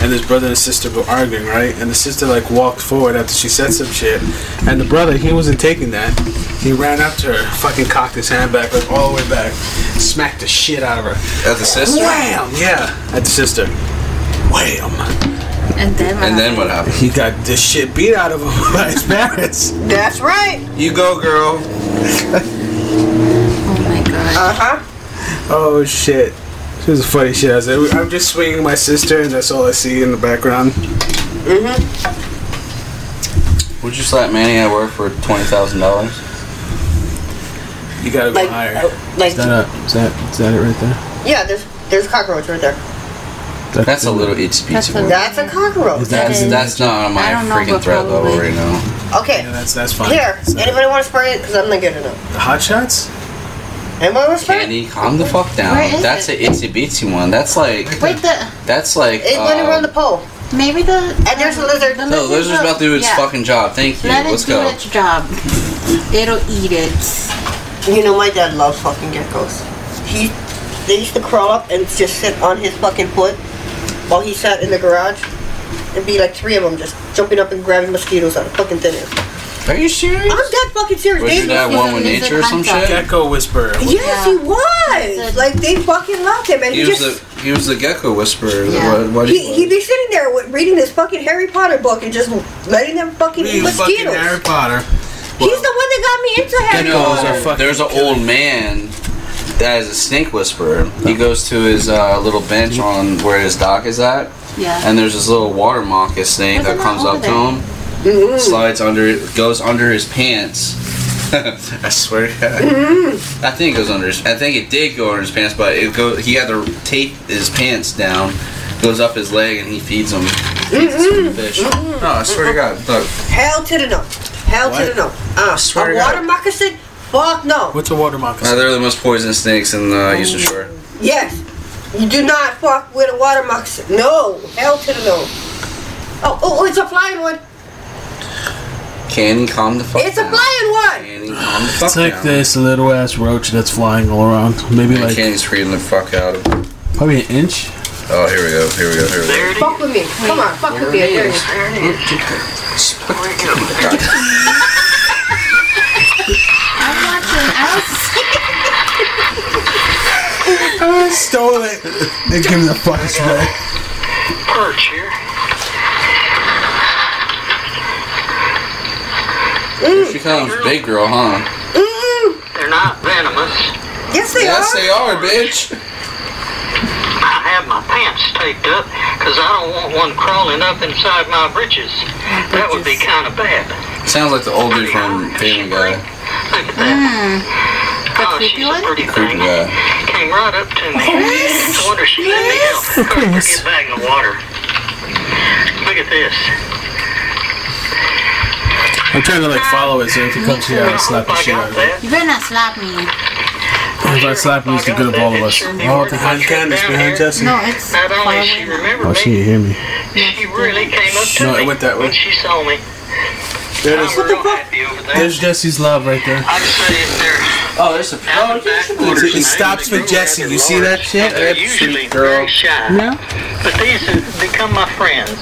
Speaker 1: and this brother and sister were arguing, right? And the sister like walked forward after she said some shit. And the brother, he wasn't taking that. He ran up to her, fucking cocked his hand back, like all the way back, smacked the shit out of her.
Speaker 2: At the sister.
Speaker 1: Wham! Yeah. At the sister. Wham!
Speaker 4: And then.
Speaker 2: And then what happened?
Speaker 1: He got this shit beat out of him by his parents.
Speaker 3: That's right.
Speaker 2: You go, girl.
Speaker 4: Oh my god.
Speaker 3: Uh huh.
Speaker 1: Oh shit. This is funny shit. I was like, I'm just swinging my sister, and that's all I see in the background.
Speaker 2: Would you slap Manny at work for twenty thousand dollars?
Speaker 1: You gotta go
Speaker 3: Like,
Speaker 1: higher.
Speaker 3: uh, like
Speaker 6: Is that, a, is that is that it right there?
Speaker 3: yeah, there's there's cockroach right there.
Speaker 2: That's a little itsy
Speaker 5: That's
Speaker 2: bitsy
Speaker 5: a-
Speaker 2: one.
Speaker 3: That's a cockroach.
Speaker 6: that
Speaker 2: That's,
Speaker 5: is-
Speaker 2: that's not on my
Speaker 4: I don't know,
Speaker 2: freaking
Speaker 4: but
Speaker 2: threat level
Speaker 4: probably.
Speaker 2: right now.
Speaker 3: Okay,
Speaker 1: Yeah, that's that's fine.
Speaker 3: here.
Speaker 1: Is that-
Speaker 3: Anybody want to spray it? Because I'm not getting it.
Speaker 1: the hot shots?
Speaker 3: Anybody want to spray it?
Speaker 2: Candy, calm the fuck down.
Speaker 4: Where is
Speaker 2: That's an itsy bitsy one. That's like
Speaker 4: Wait, the
Speaker 2: that's like.
Speaker 3: It went
Speaker 2: uh,
Speaker 3: around the pole.
Speaker 4: maybe the
Speaker 3: And there's a lizard.
Speaker 4: The
Speaker 2: no, lizard's about to do its
Speaker 4: yeah.
Speaker 2: fucking job. Thank you.
Speaker 4: Let
Speaker 2: Let's
Speaker 4: it do
Speaker 2: go.
Speaker 4: its job. It'll eat it.
Speaker 3: You know, my dad loves fucking geckos. He they used to crawl up and just sit on his fucking foot while he sat in the garage. It'd be like three of them just jumping up and grabbing mosquitoes out of fucking thin air.
Speaker 2: Are you serious?
Speaker 3: I'm dead fucking serious.
Speaker 2: Was
Speaker 3: They-
Speaker 2: your dad
Speaker 4: he's
Speaker 2: one
Speaker 4: a
Speaker 2: with
Speaker 4: lizard
Speaker 2: nature or some
Speaker 4: hunter.
Speaker 2: shit?
Speaker 1: Gecko whisperer.
Speaker 3: Yes, he was.
Speaker 4: He's a-
Speaker 3: Like they fucking loved him, and
Speaker 2: He
Speaker 3: he,
Speaker 2: was
Speaker 3: just
Speaker 2: the he was the gecko whisperer.
Speaker 4: Yeah.
Speaker 2: What, what do
Speaker 3: he,
Speaker 2: you-
Speaker 3: he'd be sitting there with, reading his fucking Harry Potter book and just letting them fucking eat
Speaker 1: You fucking
Speaker 3: mosquitoes.
Speaker 1: Harry Potter.
Speaker 3: He's the one that got me into
Speaker 2: I
Speaker 3: Harry
Speaker 2: know,
Speaker 1: Those are
Speaker 3: Potter.
Speaker 1: fucking
Speaker 2: there's an old man that is a snake whisperer. He goes to his uh, little bench on where his dock is at,
Speaker 4: Yeah.
Speaker 2: and there's this little water moccasin snake
Speaker 4: Wasn't that
Speaker 2: that comes up
Speaker 4: over
Speaker 2: to
Speaker 4: there?
Speaker 2: him,
Speaker 3: Mm-hmm.
Speaker 2: slides under, goes under his pants. I swear to God.
Speaker 3: Mm-hmm.
Speaker 2: I think it goes under his. I think it did go under his pants, but it go. He had to tape his pants down. Goes up his leg and he feeds him.
Speaker 3: Mm-hmm.
Speaker 2: Feeds him fish. No, I swear to God. Look,
Speaker 3: Hell to the no. Hell
Speaker 1: What?
Speaker 3: to the no. Uh,
Speaker 2: swear
Speaker 3: a
Speaker 2: to
Speaker 3: water
Speaker 2: God.
Speaker 3: moccasin? Fuck no.
Speaker 1: What's a water moccasin?
Speaker 2: they're the most poisonous snakes in
Speaker 3: Oh,
Speaker 2: the Eastern Shore.
Speaker 3: Yes. You do not fuck with a water moccasin. No. Hell to the no. Oh, oh, it's a flying one.
Speaker 2: Can he calm the fuck
Speaker 3: It's a
Speaker 2: down?
Speaker 3: flying one.
Speaker 2: Can he calm the fuck
Speaker 1: It's like
Speaker 2: down?
Speaker 1: this little ass roach that's flying all around. Maybe
Speaker 2: And
Speaker 1: like
Speaker 2: Candy's freaking the fuck out of
Speaker 1: probably an inch.
Speaker 2: Oh, here we go, here we go, here we go.
Speaker 3: Fuck with me. Come on, fuck with me. There it is.
Speaker 4: I'm watching. I
Speaker 6: I
Speaker 4: was,
Speaker 6: stole it. They give me the fucking spray.
Speaker 2: Here she comes, big girl, huh?
Speaker 7: They're not venomous.
Speaker 3: Yes, they
Speaker 2: Yes,
Speaker 3: are.
Speaker 2: they are, bitch.
Speaker 7: I have my pants taped up because I don't want one crawling up inside my britches. That would be kind of bad.
Speaker 2: Sounds like the old dude from Family Guy.
Speaker 7: Look at that. Oh, she's Mm. a pretty
Speaker 2: Creepy
Speaker 7: thing.
Speaker 2: guy.
Speaker 7: Came right up to me. I wonder if she let me help. her Get back in the water. Look at this.
Speaker 1: I'm trying to like follow it so if it comes here,
Speaker 7: I
Speaker 1: I'll slap the
Speaker 7: hope I
Speaker 1: shit out
Speaker 7: got
Speaker 1: of it.
Speaker 7: that.
Speaker 4: you better not slap me.
Speaker 1: If I slap him, it's the good of all of us. Oh, behind Candace, behind Jesse.
Speaker 4: No, it's
Speaker 7: Not only
Speaker 4: far
Speaker 7: she
Speaker 4: away.
Speaker 7: remembered
Speaker 6: Oh, she
Speaker 7: me,
Speaker 6: didn't hear me.
Speaker 7: she really came up to
Speaker 1: No, it
Speaker 7: me
Speaker 1: went that way.
Speaker 7: when she saw me.
Speaker 1: There it
Speaker 7: I'm
Speaker 1: is.
Speaker 7: real happy over there.
Speaker 1: There's Jesse's love right there.
Speaker 7: I'd say if they're
Speaker 2: Oh, there's a
Speaker 7: out of backwaters,
Speaker 1: It stops
Speaker 7: they
Speaker 1: with
Speaker 7: grow
Speaker 1: Jesse.
Speaker 7: rather
Speaker 1: You see that
Speaker 7: large.
Speaker 1: shit?
Speaker 7: They're
Speaker 1: That's
Speaker 7: usually
Speaker 1: sweet, girl.
Speaker 7: very shy. But these have become my friends.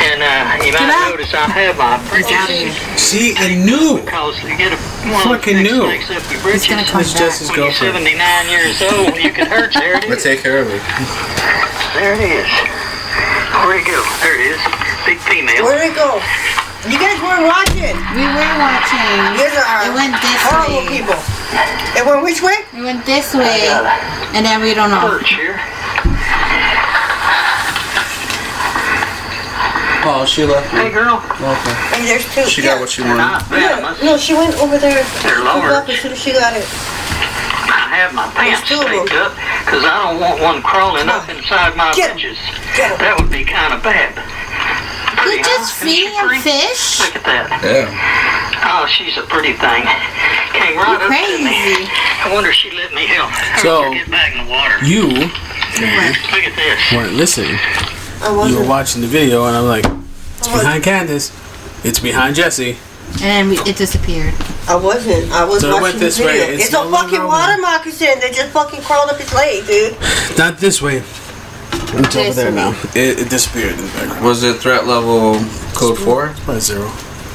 Speaker 7: And uh, you might notice I have my britches
Speaker 1: See, I knew.
Speaker 7: because you get a one of
Speaker 1: Fucking
Speaker 7: those
Speaker 1: new.
Speaker 7: things makes up your britches.
Speaker 4: gonna come
Speaker 7: when
Speaker 1: That's Jesse's
Speaker 7: you're
Speaker 1: girlfriend.
Speaker 7: 79 years old, you can hurt there it
Speaker 2: But
Speaker 7: is.
Speaker 2: take care of her.
Speaker 7: There it is. Where'd it go? There it is. Big female.
Speaker 3: Where'd it go? You guys were watching.
Speaker 4: We were watching.
Speaker 3: Here's our
Speaker 4: It went this
Speaker 3: horrible
Speaker 4: way.
Speaker 3: people. It went which way?
Speaker 4: We went this way, and then we don't know.
Speaker 7: Perch here.
Speaker 2: Oh, she left me.
Speaker 7: Hey girl,
Speaker 3: And there's two.
Speaker 2: She
Speaker 3: Yeah.
Speaker 2: got what she
Speaker 7: they're
Speaker 2: wanted.
Speaker 7: not venomous.
Speaker 3: No, she went over there.
Speaker 7: They're
Speaker 3: She
Speaker 7: lower.
Speaker 3: up as soon as she got it.
Speaker 7: I have my pants
Speaker 3: two of 'em.
Speaker 7: taped up because I don't want one crawling up inside my
Speaker 3: Get 'em.
Speaker 7: britches.
Speaker 3: Get 'em.
Speaker 7: That would be kind of bad.
Speaker 4: You just feeding him fish?
Speaker 7: Look at that.
Speaker 2: Yeah.
Speaker 7: Oh, she's a pretty thing. Came right
Speaker 4: You're
Speaker 7: up to me.
Speaker 4: crazy.
Speaker 7: I wonder if she let me help. her
Speaker 1: So-
Speaker 7: get back in the water.
Speaker 1: You
Speaker 7: Look at this.
Speaker 1: weren't listening.
Speaker 3: I
Speaker 1: You were
Speaker 3: wasn't.
Speaker 1: watching the video, and I'm like, it's behind Candace. It's behind Jesse.
Speaker 4: And we, it disappeared.
Speaker 3: I wasn't. I was
Speaker 1: So it
Speaker 3: watching
Speaker 1: went this
Speaker 3: the
Speaker 1: way.
Speaker 3: video.
Speaker 1: It's
Speaker 3: It's,
Speaker 1: no
Speaker 3: a
Speaker 1: longer
Speaker 3: fucking
Speaker 1: over.
Speaker 3: water moccasin. They just fucking crawled up his leg, dude.
Speaker 1: Not this way. It's over
Speaker 4: This
Speaker 1: there
Speaker 4: way.
Speaker 1: now. It, it disappeared in the background.
Speaker 2: Was it threat level code four?
Speaker 1: Probably zero.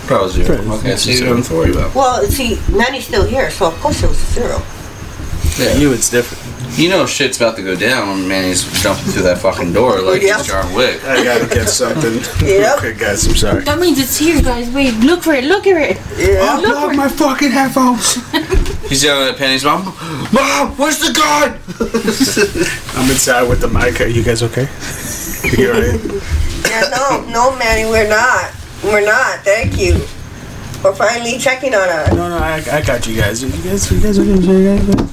Speaker 2: Probably zero.
Speaker 1: Probably
Speaker 2: Okay, so you
Speaker 1: zero.
Speaker 2: don't have to worry about.
Speaker 3: Well, see, Manny's still here, so of course it was a zero.
Speaker 1: Yeah. You, it's different.
Speaker 2: You know shit's about to go down when Manny's jumping through that fucking door like
Speaker 3: Yeah.
Speaker 2: he's John Wick.
Speaker 1: I gotta get something.
Speaker 3: Yep. Okay,
Speaker 1: guys, I'm sorry.
Speaker 4: That means it's here, guys. Wait, look for it. Look for it.
Speaker 3: Yeah.
Speaker 6: Love my fucking headphones.
Speaker 2: He's yelling at Penny's mom. Mom, where's the gun?
Speaker 1: I'm inside with the mic. Are you guys okay? You alright?
Speaker 3: yeah. No, no, Manny, we're not. We're not. Thank you. We're finally checking on her.
Speaker 1: No, no, I, I got you guys. You guys, you guys are good. You guys are good.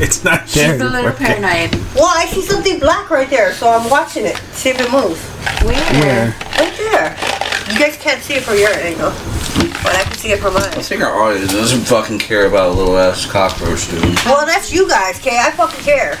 Speaker 1: It's not there.
Speaker 4: She's a little
Speaker 1: anymore.
Speaker 4: paranoid.
Speaker 3: Well, I see something black right there, so I'm watching it. See if it moves.
Speaker 4: Where?
Speaker 3: Right there. You guys can't see it from your angle, but I can see it from
Speaker 2: I
Speaker 3: mine.
Speaker 2: think our audience doesn't fucking care about a little ass cockroach, dude.
Speaker 3: Well, that's you guys, okay? I fucking care.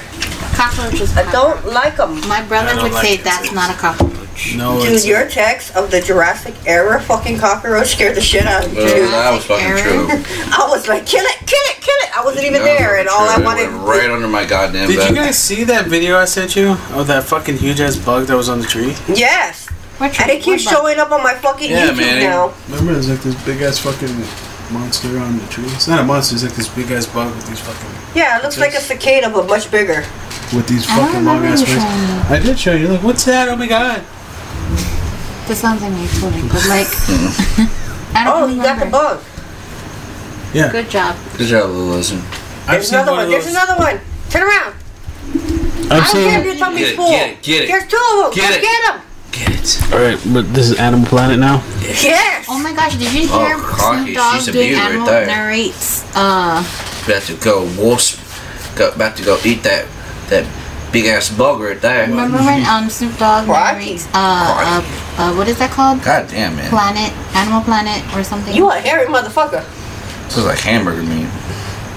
Speaker 4: Cockroaches.
Speaker 3: I don't like them.
Speaker 4: My
Speaker 1: I
Speaker 4: brother
Speaker 1: don't
Speaker 4: would
Speaker 1: like
Speaker 4: say
Speaker 1: it.
Speaker 4: that's not a cockroach.
Speaker 1: No,
Speaker 3: Dude,
Speaker 1: it's
Speaker 3: your text of the Jurassic era fucking cockroach scared the shit out of me.
Speaker 2: Well,
Speaker 3: dude.
Speaker 2: Uh, that was fucking true.
Speaker 3: I was like, kill it, kill it, kill it. I wasn't even
Speaker 2: No,
Speaker 3: there, and all I
Speaker 2: true. It
Speaker 3: wanted.
Speaker 2: went right under my goddamn
Speaker 1: Did
Speaker 2: bed.
Speaker 1: you guys see that video I sent you of that fucking huge ass bug that was on the tree?
Speaker 3: Yes,
Speaker 4: Which
Speaker 3: and it keeps showing up on my fucking
Speaker 2: Yeah,
Speaker 3: YouTube
Speaker 2: man.
Speaker 3: now.
Speaker 1: Remember, there's like this big ass fucking monster on the tree. It's not a monster. It's like this big ass bug with these fucking
Speaker 3: Yeah, it looks like a cicada, but much bigger.
Speaker 1: with these
Speaker 4: I don't
Speaker 1: fucking long
Speaker 4: remember
Speaker 1: ass
Speaker 4: you
Speaker 1: wings.
Speaker 4: showing me.
Speaker 1: I did show you. Like, what's that? Oh my god!
Speaker 4: This sounds like me totally, but like, I don't
Speaker 3: Oh, you got
Speaker 4: remember.
Speaker 3: the bug.
Speaker 1: Yeah,
Speaker 4: Good job.
Speaker 2: Good job, little listen.
Speaker 1: I've
Speaker 3: There's
Speaker 1: seen
Speaker 3: another
Speaker 1: one
Speaker 3: one.
Speaker 1: of
Speaker 3: There's
Speaker 1: those.
Speaker 3: another one. Turn around.
Speaker 6: I'm
Speaker 3: I don't care if
Speaker 6: saying.
Speaker 3: your tummy's
Speaker 2: Get it,
Speaker 3: full.
Speaker 2: get it, get it.
Speaker 3: There's two of them.
Speaker 2: Get
Speaker 3: Go
Speaker 2: it.
Speaker 3: Get them.
Speaker 2: Get it.
Speaker 1: All right, but this is Animal Planet now.
Speaker 3: Yes.
Speaker 4: Oh my gosh, did you
Speaker 2: Oh,
Speaker 4: hear
Speaker 2: cocky,
Speaker 4: Snoop Dogg
Speaker 2: she's a
Speaker 4: doing
Speaker 2: beauty right
Speaker 4: Animal
Speaker 2: there.
Speaker 4: Narrates? Uh,
Speaker 2: About to go wasp. Go, about to go eat that that big ass bug right there.
Speaker 4: remember when um, Snoop Dogg
Speaker 3: Crocky.
Speaker 4: narrates, uh, uh, uh, what is that called?
Speaker 2: God damn man.
Speaker 4: Planet, Animal Planet or something?
Speaker 3: You a hairy motherfucker.
Speaker 2: This is like hamburger meat.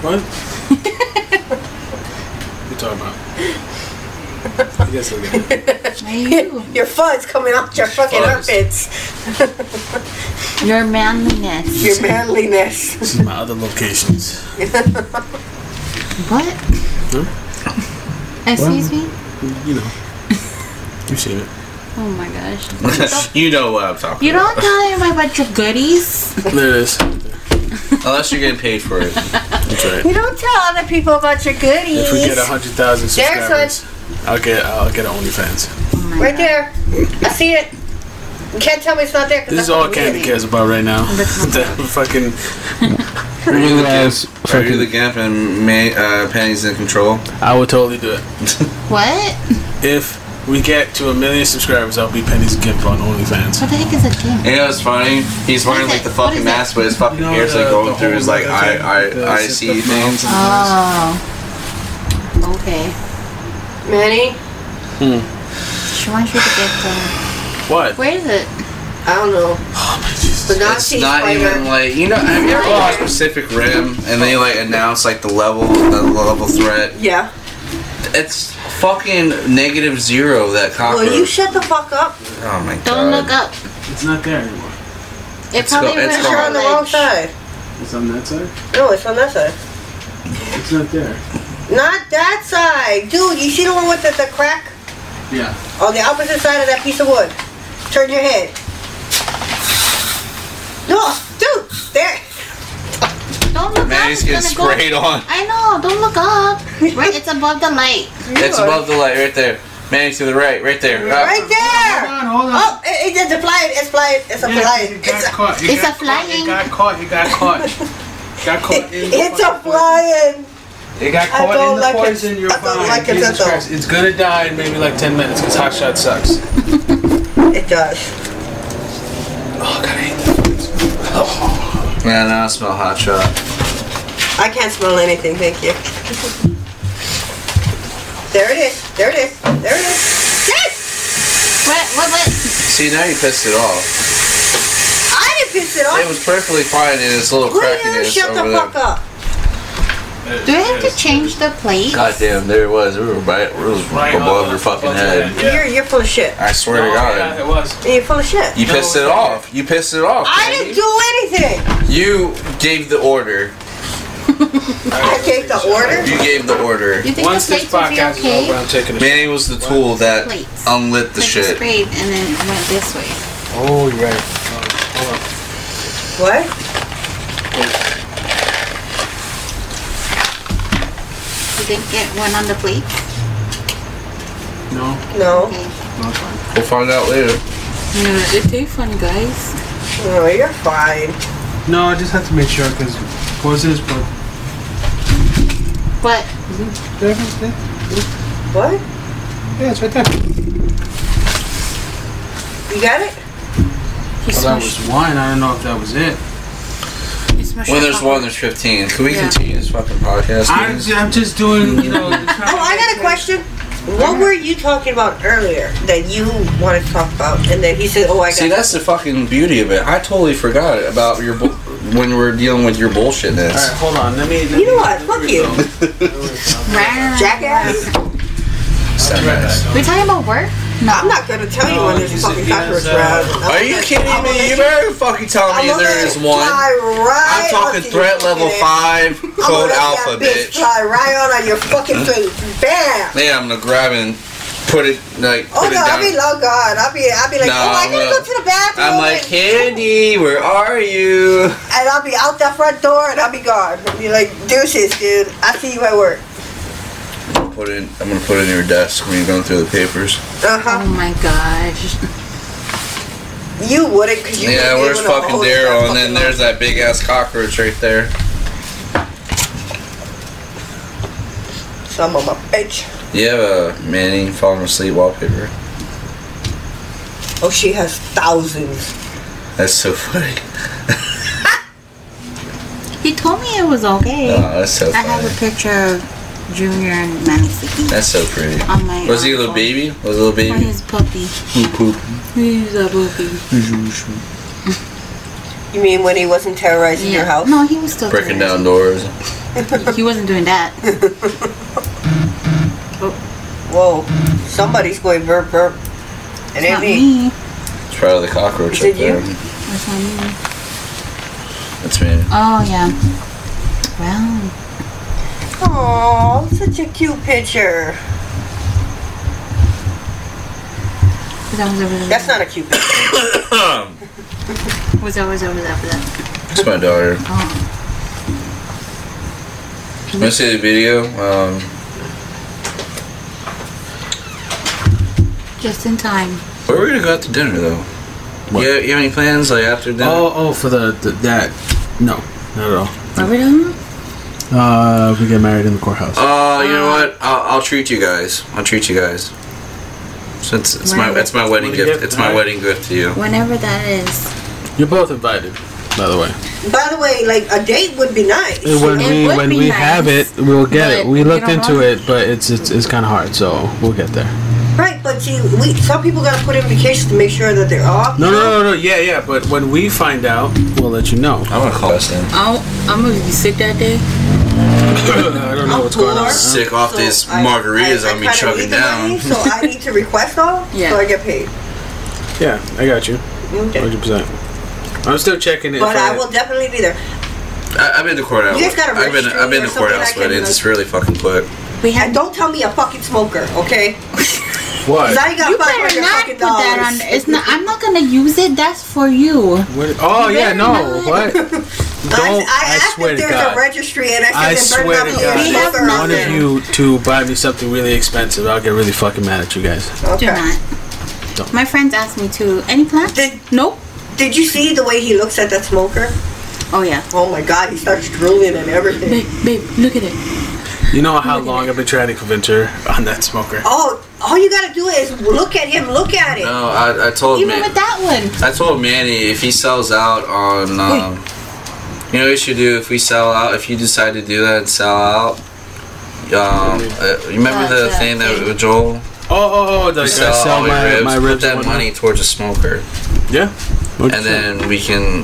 Speaker 1: What? you talking about? I guess I'll get it.
Speaker 4: You,
Speaker 3: Your fud's coming out your fucking
Speaker 2: Fuzz.
Speaker 3: armpits.
Speaker 4: your manliness.
Speaker 3: Your manliness.
Speaker 1: This is my other locations.
Speaker 4: What?
Speaker 2: Hmm?
Speaker 4: Excuse me?
Speaker 1: You know, you've seen it.
Speaker 4: Oh my gosh.
Speaker 2: you know what I'm talking
Speaker 4: You
Speaker 2: about.
Speaker 4: don't tell him about your goodies.
Speaker 1: There it is.
Speaker 2: Unless you're getting paid for it.
Speaker 1: That's right.
Speaker 3: You don't tell other people about your goodies. Oh
Speaker 1: If we get a hundred thousand
Speaker 3: There's one.
Speaker 1: subscribers, I'll get I'll get an OnlyFans.
Speaker 4: Oh my
Speaker 3: Right
Speaker 4: God.
Speaker 3: there. I see it. You can't tell me it's not there. 'cause
Speaker 1: This
Speaker 3: that's
Speaker 1: is all
Speaker 3: what I'm
Speaker 1: Candy
Speaker 3: reading.
Speaker 1: cares about right now. the fucking
Speaker 6: Real ass
Speaker 2: Are you
Speaker 6: fucking.
Speaker 2: the gimp and ma- uh, panties in control?
Speaker 1: I would totally do it.
Speaker 4: What?
Speaker 1: If we get to a million subscribers, I'll be Penny's gimp on OnlyFans.
Speaker 4: What the heck is a gym?
Speaker 2: You know what's funny? He's wearing like the
Speaker 4: What is
Speaker 2: fucking
Speaker 4: it?
Speaker 2: mask, but his fucking
Speaker 1: You know,
Speaker 2: hair's like
Speaker 1: the-
Speaker 2: going
Speaker 1: the
Speaker 2: through his
Speaker 1: whole
Speaker 2: like I
Speaker 1: leather
Speaker 2: I
Speaker 1: thing,
Speaker 2: I
Speaker 1: the
Speaker 2: see
Speaker 1: zip-up
Speaker 2: things.
Speaker 4: Oh. Okay.
Speaker 3: Manny,
Speaker 4: She wants you to get the.
Speaker 1: What?
Speaker 4: Where is it?
Speaker 3: I don't know.
Speaker 1: Oh my Jesus.
Speaker 3: But
Speaker 2: It's not even like you know. Have you ever watched Pacific Rim and they like announce like the level, the level threat?
Speaker 3: Yeah.
Speaker 2: It's fucking negative zero. That cockroach.
Speaker 3: Will you shut the fuck up?
Speaker 2: oh my god.
Speaker 4: Don't look up.
Speaker 1: It's not there anymore.
Speaker 4: It
Speaker 2: It's
Speaker 4: probably
Speaker 2: go- it's
Speaker 4: was
Speaker 2: gone.
Speaker 3: You're on the wrong
Speaker 4: like-
Speaker 3: side.
Speaker 1: It's on that side.
Speaker 3: No, it's on that side.
Speaker 1: It's not there.
Speaker 3: Not that side. Dude, you see the one with the, the crack?
Speaker 1: Yeah.
Speaker 3: On the opposite side of that piece of wood. Turn your head. No, dude, there.
Speaker 4: Don't look up.
Speaker 2: Manny's
Speaker 4: It's
Speaker 2: getting
Speaker 4: gonna go-
Speaker 2: sprayed on.
Speaker 4: I know. Don't look up. Right, it's above the light.
Speaker 2: It's
Speaker 3: are-
Speaker 2: above the light, right there. Manny's to the right, right there. Up.
Speaker 3: Right there.
Speaker 1: on, hold
Speaker 3: Oh, it, it, it's a fly. It's flying. It's a fly. It's a,
Speaker 1: caught.
Speaker 4: It's got a caught, it flying-
Speaker 1: caught. It got
Speaker 4: got
Speaker 1: caught. got caught.
Speaker 3: it's a flying.
Speaker 1: It got
Speaker 3: I
Speaker 1: caught in
Speaker 3: don't
Speaker 1: the
Speaker 3: like it.
Speaker 1: poison. You're
Speaker 3: I don't
Speaker 1: fine.
Speaker 3: like it
Speaker 1: Jesus
Speaker 3: at all.
Speaker 1: Christ. It's gonna die in maybe like 10 minutes because Hot Shot sucks.
Speaker 3: It does.
Speaker 1: Oh, God, I hate
Speaker 2: Yeah, now I smell hot shot.
Speaker 3: I can't smell anything. Thank you. there it is. There it is. There it is. Yes!
Speaker 4: What? What? What?
Speaker 2: See, now you pissed it off.
Speaker 3: I didn't piss it
Speaker 2: It
Speaker 3: off.
Speaker 2: was perfectly fine in its little
Speaker 3: Will you
Speaker 2: crackiness
Speaker 3: shut
Speaker 2: over
Speaker 3: the
Speaker 2: there.
Speaker 3: fuck up?
Speaker 1: that.
Speaker 4: Do I have to change the plate?
Speaker 2: God damn, there it was. We were right, it was
Speaker 1: Right
Speaker 2: above
Speaker 1: up,
Speaker 2: your fucking
Speaker 1: above your
Speaker 2: head.
Speaker 1: head. Yeah.
Speaker 3: You're, you're full of shit.
Speaker 2: I swear to
Speaker 1: yeah,
Speaker 2: God.
Speaker 1: it was.
Speaker 3: You're full of shit.
Speaker 2: You pissed it off. You pissed it off.
Speaker 3: I
Speaker 2: Manny.
Speaker 3: didn't do anything.
Speaker 2: You gave the order.
Speaker 3: I gave the order.
Speaker 2: You gave the order.
Speaker 4: You think
Speaker 1: Once
Speaker 4: the
Speaker 1: this
Speaker 4: plates would be
Speaker 1: podcast is over,
Speaker 4: okay?
Speaker 1: I'm taking a shit.
Speaker 2: Manny was the tool that
Speaker 4: Plates.
Speaker 2: unlit the
Speaker 4: Like you
Speaker 2: shit.
Speaker 4: sprayed and then it went this way.
Speaker 1: Oh, you're right. Hold on.
Speaker 3: What?
Speaker 4: You think it went on the plate?
Speaker 1: No,
Speaker 3: No.
Speaker 4: Okay.
Speaker 1: no, it's fine.
Speaker 2: We'll find out later.
Speaker 4: Yeah, it tastes fun, guys.
Speaker 3: No, you're fine.
Speaker 1: No, I just have to make sure because poison is poison.
Speaker 4: But
Speaker 1: There, there.
Speaker 3: What?
Speaker 1: Yeah, it's right there.
Speaker 3: You got it?
Speaker 5: He
Speaker 1: Well, that
Speaker 5: smushed.
Speaker 1: was one. I don't know if that was it.
Speaker 5: he smushed your
Speaker 2: When there's
Speaker 5: fucking-
Speaker 2: one, there's 15. Can we
Speaker 5: Yeah.
Speaker 2: continue this fucking podcast?
Speaker 1: I'm,
Speaker 2: please?
Speaker 1: I'm just doing, you know.
Speaker 3: Oh, I got a question. What were you talking about earlier that you wanted to talk about? And then he said, "Oh, I got."
Speaker 2: See, that's the fucking beauty of it. I totally forgot about your bu- when we're dealing with your bullshitness.
Speaker 1: Alright, hold on. Let me. Let
Speaker 3: You know
Speaker 1: me-
Speaker 3: what?
Speaker 1: let me
Speaker 3: Fuck you.
Speaker 1: resolve.
Speaker 4: Rah.
Speaker 3: Jackass.
Speaker 1: I'll be right back.
Speaker 4: We're talking about work?
Speaker 3: I'm not gonna tell you
Speaker 1: No,
Speaker 3: when there's a
Speaker 1: he's-
Speaker 3: fucking
Speaker 1: he's,
Speaker 3: cockroach
Speaker 1: uh,
Speaker 3: around.
Speaker 2: Are you kidding me? You better fucking tell me there is one. I'm talking threat level five, code alpha, bitch. Mm-hmm.
Speaker 3: Fly right on out of your fucking face. Bam.
Speaker 2: Yeah, I'm gonna grab it and put it like
Speaker 3: Oh
Speaker 2: put
Speaker 3: no,
Speaker 2: it
Speaker 3: I'll be
Speaker 2: down.
Speaker 3: oh god, I'll be I'll be like,
Speaker 2: No,
Speaker 3: oh I
Speaker 2: I'm
Speaker 3: gotta
Speaker 2: gonna-
Speaker 3: go to the bathroom.
Speaker 2: I'm like,
Speaker 3: and,
Speaker 2: Candy, where are you?
Speaker 3: and I'll be out that front door and I'll be gone. I'll be like, deuces, dude. I see you at work.
Speaker 2: Put it. I'm gonna put it in your desk when you're going through the papers.
Speaker 3: Uh
Speaker 4: Oh
Speaker 3: huh.
Speaker 4: my gosh.
Speaker 3: You wouldn't, cause you wouldn't
Speaker 2: Yeah,
Speaker 3: be
Speaker 2: where's
Speaker 3: able to
Speaker 2: fucking
Speaker 3: hold it that
Speaker 2: Daryl? And
Speaker 3: fucking
Speaker 2: then there's that big ass cockroach right there.
Speaker 3: long. some of my bitch.
Speaker 2: You have a Manny falling asleep wallpaper.
Speaker 3: Oh, she has thousands.
Speaker 2: That's so funny.
Speaker 4: He told me it was okay.
Speaker 2: Oh, that's so
Speaker 4: I have
Speaker 2: funny.
Speaker 4: a picture of Junior and Manny Siki
Speaker 2: That's so pretty.
Speaker 4: on my
Speaker 2: Was he a
Speaker 4: um,
Speaker 2: little
Speaker 4: phone.
Speaker 2: baby? Was he a little
Speaker 4: When
Speaker 2: baby?
Speaker 4: he's a puppy.
Speaker 2: Poop, poop.
Speaker 4: He's a puppy.
Speaker 3: You mean when he wasn't terrorizing your house?
Speaker 4: No, he was still
Speaker 2: Breaking
Speaker 4: doing
Speaker 2: down doors.
Speaker 4: it. He wasn't doing that.
Speaker 3: Whoa, somebody's going burp burp. It ain't
Speaker 4: Not
Speaker 3: me.
Speaker 4: me.
Speaker 2: It's probably the cockroach
Speaker 3: Did
Speaker 2: up there.
Speaker 4: That's not me.
Speaker 2: That's me.
Speaker 4: Oh yeah. Wow.
Speaker 3: Aww, such a cute picture.
Speaker 4: That was over there.
Speaker 3: That's not a cute picture.
Speaker 4: Was that was over there? Was that?
Speaker 2: It's my daughter.
Speaker 4: Oh.
Speaker 2: Let me see the video. Um,
Speaker 4: Just in time.
Speaker 2: where are we gonna go out to dinner though? You, you have any plans like after dinner?
Speaker 1: Oh, oh, for the, the that. No, not at
Speaker 4: Are we done?
Speaker 1: all. Uh, we get married in the courthouse.
Speaker 2: Uh, you know what? I'll, I'll treat you guys. I'll treat you guys. So it's, it's my
Speaker 4: Right.
Speaker 2: it's my wedding
Speaker 1: Wedding
Speaker 2: gift.
Speaker 1: gift,
Speaker 2: It's my
Speaker 1: alright.
Speaker 2: wedding gift to you.
Speaker 4: Whenever that is.
Speaker 1: You're both invited, by the way.
Speaker 3: By the way, like a date would be nice.
Speaker 1: When
Speaker 4: It
Speaker 1: we
Speaker 4: would
Speaker 1: when
Speaker 4: be
Speaker 1: we
Speaker 4: nice,
Speaker 1: have it, we'll get it.
Speaker 4: but
Speaker 1: We
Speaker 4: you
Speaker 1: looked
Speaker 4: don't
Speaker 1: into
Speaker 4: want-
Speaker 1: it, but it's it's, it's kind of hard, so we'll get there.
Speaker 3: Right, but see, we some people gotta put in vacations to make sure that they're off.
Speaker 1: No, no, no, no. Yeah, yeah. But when we find out, we'll let you know.
Speaker 2: I'm gonna call Justin.
Speaker 4: i I'm gonna be sick that day.
Speaker 1: I don't know what's going on.
Speaker 3: poor.
Speaker 2: Sick off these margaritas
Speaker 3: I,
Speaker 2: on me
Speaker 3: kinda
Speaker 2: chugging
Speaker 3: need the money,
Speaker 2: down.
Speaker 3: so I need to request off,
Speaker 4: Yeah.
Speaker 3: so I get paid.
Speaker 1: Yeah, I got you,
Speaker 3: Okay.
Speaker 1: hundred percent. I'm still checking it.
Speaker 3: But I will definitely be there.
Speaker 2: I, I've been to courthouse.
Speaker 3: You guys got a
Speaker 2: I've been
Speaker 3: registry
Speaker 2: I've been
Speaker 3: or
Speaker 2: to
Speaker 3: something I
Speaker 2: courthouse
Speaker 3: can,
Speaker 2: weddings.
Speaker 3: like-
Speaker 2: It's really fucking quick.
Speaker 4: We have
Speaker 3: And don't tell me a fucking smoker, okay?
Speaker 1: What?
Speaker 3: 'Cause now you got
Speaker 4: You
Speaker 3: five
Speaker 4: better
Speaker 3: hundred
Speaker 4: not
Speaker 3: fucking
Speaker 4: put that
Speaker 3: dollars.
Speaker 4: on. It's not. I'm not gonna use it. That's for you.
Speaker 1: What- Oh yeah,
Speaker 4: better
Speaker 1: no.
Speaker 4: not.
Speaker 1: What? Don't.
Speaker 3: I, I
Speaker 1: I,
Speaker 3: asked
Speaker 1: swear
Speaker 3: if
Speaker 1: to
Speaker 3: there's a
Speaker 1: God.
Speaker 3: registry, and I
Speaker 1: I
Speaker 3: said they
Speaker 1: swear
Speaker 3: better
Speaker 1: to
Speaker 3: not be a
Speaker 1: God,
Speaker 4: We have
Speaker 3: smoker.
Speaker 1: one of
Speaker 4: nothing.
Speaker 1: you to buy me something really expensive, I'll get really fucking mad at you guys.
Speaker 4: Do
Speaker 3: Okay.
Speaker 4: not.
Speaker 1: Don't.
Speaker 4: My friends asked me to. Any plans?
Speaker 3: Did-
Speaker 4: nope.
Speaker 3: Did you see the way he looks at that smoker?
Speaker 4: Oh yeah.
Speaker 3: Oh my god, he starts drooling and everything.
Speaker 4: Babe, babe, look at it.
Speaker 1: You know how long I've been trying to convince her on that smoker.
Speaker 3: Oh, all you gotta do is look at him, look at it.
Speaker 2: No, I, I told
Speaker 4: Even
Speaker 2: Ma-
Speaker 4: with that one.
Speaker 2: I told Manny if he sells out on, um, you know, what you should do if we sell out. If you decide to do that and sell out, um, uh, you remember
Speaker 4: Uh,
Speaker 2: the
Speaker 4: the
Speaker 2: thing that
Speaker 4: thing.
Speaker 2: with Joel
Speaker 1: Oh, oh, oh!
Speaker 2: We
Speaker 1: Like,
Speaker 2: sell,
Speaker 1: I sell
Speaker 2: all your
Speaker 1: my
Speaker 2: ribs,
Speaker 1: my
Speaker 2: put
Speaker 1: ribs.
Speaker 2: that
Speaker 1: and whatnot.
Speaker 2: money towards a smoker,
Speaker 1: Yeah. What'd
Speaker 2: and
Speaker 1: you say?
Speaker 2: then we can.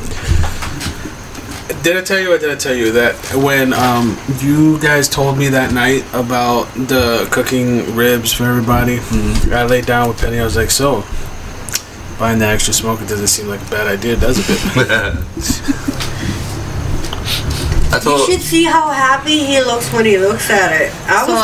Speaker 1: did I tell you? Or did I tell you that when um you guys told me that night about the cooking ribs for everybody? I laid down with Penny. I was like, so. Buying the extra smoker doesn't seem like a bad idea, does it? babe?"
Speaker 2: I
Speaker 3: You
Speaker 2: told
Speaker 3: should see how happy he looks when he looks at it. I was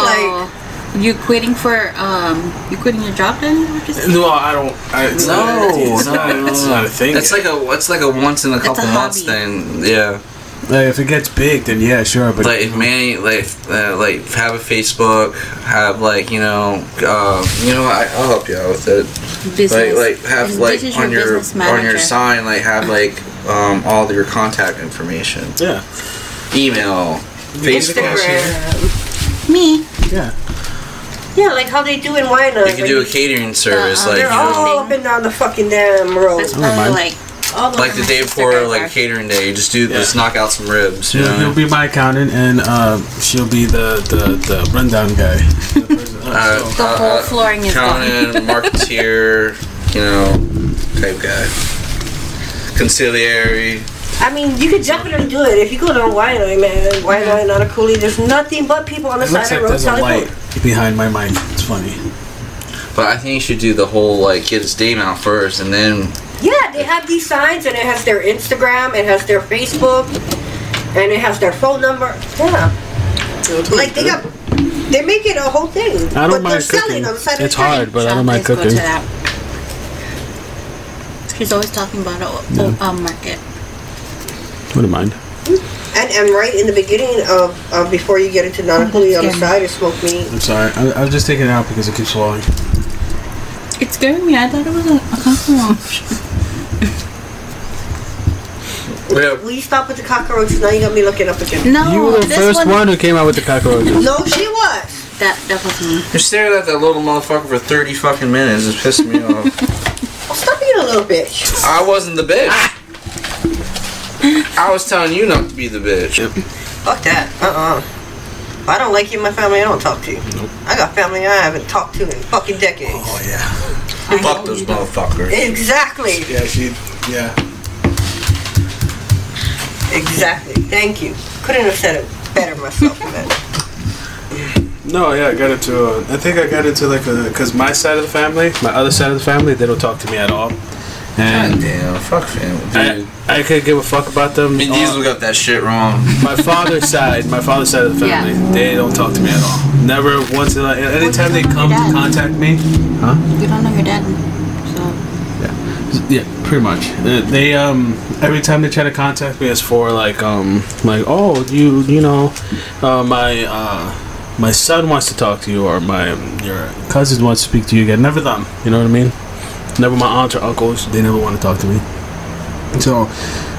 Speaker 3: like,
Speaker 4: so, you quitting for um, you quitting your job then? Is that what you're saying?
Speaker 1: no, I don't. I, it's
Speaker 2: No,
Speaker 1: not, it's not,
Speaker 2: no.
Speaker 1: it's not a thing.
Speaker 2: it's like a it's like a once in a couple
Speaker 4: a
Speaker 2: months
Speaker 4: hobby.
Speaker 2: thing. Yeah,
Speaker 1: Like, if it gets big, then yeah, sure. But
Speaker 2: like if Manny like uh, like have a Facebook, have like you know um, you know I, I'll help you out with it.
Speaker 4: Business.
Speaker 2: like like have
Speaker 4: This
Speaker 2: like
Speaker 4: is
Speaker 2: on your,
Speaker 4: business
Speaker 2: on your
Speaker 4: manager.
Speaker 2: sign like have like um, all your contact information
Speaker 1: yeah,
Speaker 2: email facebook
Speaker 3: Instagram.
Speaker 4: Me.
Speaker 1: yeah.
Speaker 3: Yeah, like how they do in Wine
Speaker 2: you can do a catering service
Speaker 4: Uh,
Speaker 2: like you
Speaker 3: They're
Speaker 2: know,
Speaker 3: all up and down the fucking damn road.
Speaker 6: Oh,
Speaker 4: That's probably
Speaker 1: mind.
Speaker 4: like all the
Speaker 2: Like the
Speaker 4: women
Speaker 2: day
Speaker 4: with
Speaker 2: before,
Speaker 4: stickers
Speaker 2: like
Speaker 4: are.
Speaker 2: catering day, just do
Speaker 1: Yeah.
Speaker 2: just knock out some ribs. You know
Speaker 1: She'll,
Speaker 2: what I
Speaker 1: he'll
Speaker 2: mean?
Speaker 1: be my accountant, and uh, she'll be the, the, the rundown guy. The person- oh,
Speaker 2: Uh,
Speaker 1: so-
Speaker 4: The
Speaker 2: uh,
Speaker 4: whole
Speaker 2: uh,
Speaker 4: flooring is gone.
Speaker 2: Conan, marketeer, you know, type guy, conciliary.
Speaker 3: I mean, you could jump in and do it. If you go down Waianae, man, Waianae, not a coolie, there's nothing but people on the
Speaker 1: It looks
Speaker 3: side of
Speaker 1: like there's
Speaker 3: the road
Speaker 1: a
Speaker 3: selling
Speaker 1: light
Speaker 3: food.
Speaker 1: behind my mic. It's funny.
Speaker 2: But I think you should do the whole like get his name out first, and then
Speaker 3: Yeah, they have these signs, and it has their Instagram, it has their Facebook, and it has their phone number. Yeah. Like, they got, they make it a whole thing.
Speaker 1: I
Speaker 3: but
Speaker 1: don't
Speaker 3: they're
Speaker 1: mind
Speaker 3: selling
Speaker 1: cooking.
Speaker 3: on the side of the
Speaker 1: It's
Speaker 3: street.
Speaker 1: hard, but I don't mind
Speaker 4: Shop is
Speaker 1: cooking.
Speaker 4: Go to that. He's always talking about a, a, a market.
Speaker 1: Wouldn't mind.
Speaker 3: And, and right in the beginning of, uh, before you get into non coolie on the side is smoked meat.
Speaker 1: I'm sorry. I, I was just taking it out because it keeps falling.
Speaker 4: It's scaring me. I thought it was a, a cockroach.
Speaker 2: yeah,
Speaker 3: Will you stop with the cockroaches? Now you got me looking up again.
Speaker 4: No,
Speaker 6: You were the
Speaker 4: Oh, this
Speaker 6: first one who came out with the
Speaker 1: Oh,
Speaker 6: cockroaches.
Speaker 3: No, she was.
Speaker 4: That that was me.
Speaker 2: you're staring at that little motherfucker for thirty fucking minutes. It's pissing me off.
Speaker 3: Well, stop being a little bitch.
Speaker 2: I wasn't the bitch. I was telling you not to be the bitch.
Speaker 3: Fuck that. Uh-uh. If I don't like you in my family, I don't talk to you. I got family I haven't talked to in fucking decades.
Speaker 1: yeah.
Speaker 2: Fuck those motherfuckers.
Speaker 3: Exactly.
Speaker 1: Yeah, she. Yeah.
Speaker 3: Exactly. Thank you. Couldn't have said it better myself. man.
Speaker 1: No, yeah, I got into. Uh, I think I got into like a because my side of the family, my other side of the family, they don't talk to me at all,
Speaker 2: God
Speaker 1: and
Speaker 2: damn, fuck family.
Speaker 1: I,
Speaker 2: Dude. Oh.
Speaker 1: I could give a fuck about them.
Speaker 2: Vin
Speaker 1: Uh,
Speaker 2: Diesel got that shit wrong.
Speaker 1: my father's side, my father's side of the
Speaker 4: Yeah.
Speaker 1: family, they don't talk to me at all. Never once. in a- Anytime they come to contact me,
Speaker 4: You don't know your dad, so
Speaker 1: Yeah, pretty much. Uh, They um every time they try to contact me, it's for like um like oh you you know uh, my uh my son wants to talk to you or my um, your cousin wants to speak to you again. Never them. You know what I mean? Never my aunts or uncles. They never want to talk to me. So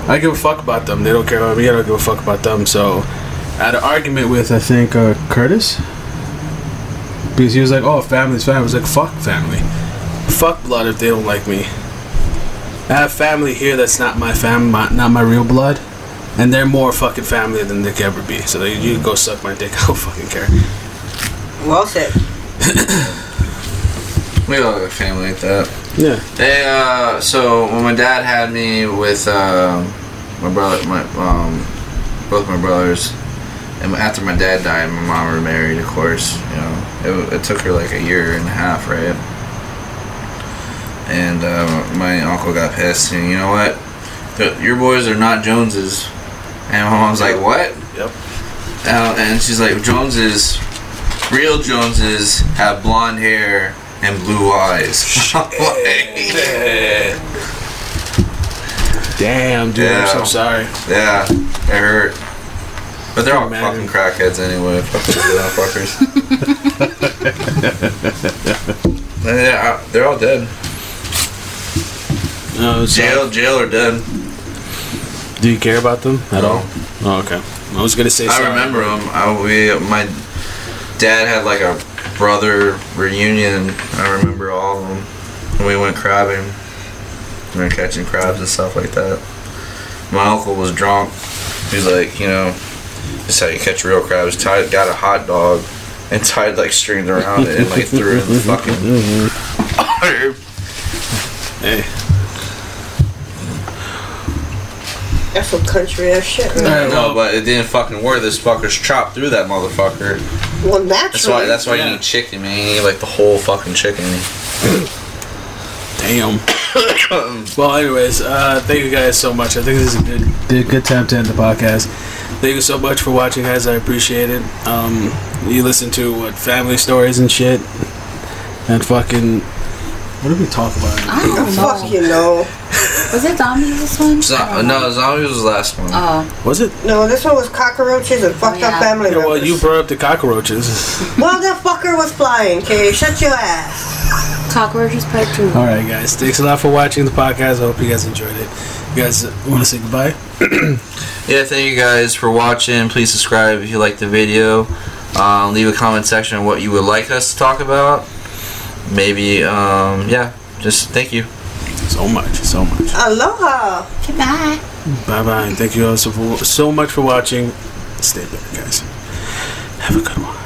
Speaker 1: I give a fuck about them. They don't care about me. I don't give a fuck about them. So I had an argument with I think uh, Curtis because he was like oh family's family. I was like fuck family. Fuck blood if they don't like me. I have family here that's not my fam, my, not my real blood, and they're more fucking family than they could ever be. So they, you go suck my dick. I don't fucking care.
Speaker 3: well said.
Speaker 2: We all got family like that.
Speaker 1: Yeah.
Speaker 2: They uh, so when my dad had me with um, my brother, my um, both my brothers, and after my dad died, my mom remarried, of course. You know, it, it took her like a year and a half, right? And uh, my uncle got pissed, and you know what? The, your boys are not Joneses. And my mom's like, what?
Speaker 1: Yep.
Speaker 2: Uh, and she's like, Joneses, real Joneses have blonde hair and blue eyes. I'm like,
Speaker 1: Damn, dude. I'm so
Speaker 2: Yeah.
Speaker 1: sorry.
Speaker 2: yeah, it hurt. But they're all
Speaker 1: Imagine.
Speaker 2: fucking crackheads anyway. Fuck those little fuckers. they're, out- they're all dead.
Speaker 1: Uh, so-
Speaker 2: Jail, jail, or dead.
Speaker 1: Do you care about them at
Speaker 2: No.
Speaker 1: all? Oh, okay. I was gonna say.
Speaker 2: I
Speaker 1: sorry.
Speaker 2: remember them. I, we, my dad had like a brother reunion. I remember all of them. And we went crabbing. We were catching crabs and stuff like that. My uncle was drunk. He's like, you know, this is how you catch real crabs. Tied, got a hot dog and tied like strings around it and like threw it in the fucking water.
Speaker 1: Hey.
Speaker 3: That's some country ass shit.
Speaker 2: I
Speaker 3: Right?
Speaker 2: don't know, but it didn't fucking work. This fucker's chopped through that motherfucker.
Speaker 3: Well,
Speaker 2: That's
Speaker 3: naturally.
Speaker 2: why. That's why you need chicken, man. You need like the whole fucking chicken.
Speaker 1: Damn. well, anyways, uh, thank you guys so much. I think this is a good, did good time to end the podcast. Thank you so much for watching, guys. I appreciate it. Um, you listen to what family stories and shit, and fucking. What did we talk about?
Speaker 4: I don't
Speaker 3: Oh, Fuck
Speaker 4: know.
Speaker 3: you, no.
Speaker 4: Was it zombies this one?
Speaker 2: Zo-
Speaker 4: I don't know.
Speaker 2: uh, no, zombies was the last one.
Speaker 4: Oh,
Speaker 1: Was it?
Speaker 3: No, this one was cockroaches and fucked
Speaker 4: yeah.
Speaker 3: up family
Speaker 1: Yeah, well,
Speaker 3: members.
Speaker 1: you brought up the cockroaches.
Speaker 3: Well, that fucker was flying, okay? Shut your ass.
Speaker 4: cockroaches part two.
Speaker 1: All right, guys. Thanks a lot for watching the podcast. I hope you guys enjoyed it. You guys want to say goodbye?
Speaker 2: Yeah, thank you guys for watching. Please subscribe if you liked the video. Um, leave a comment section on what you would like us to talk about. Maybe, um, yeah, just thank you.
Speaker 1: So much, so much.
Speaker 3: Aloha.
Speaker 4: Goodbye.
Speaker 1: Bye bye, and thank you all so, so much for watching. Stay better, guys. Have a good one.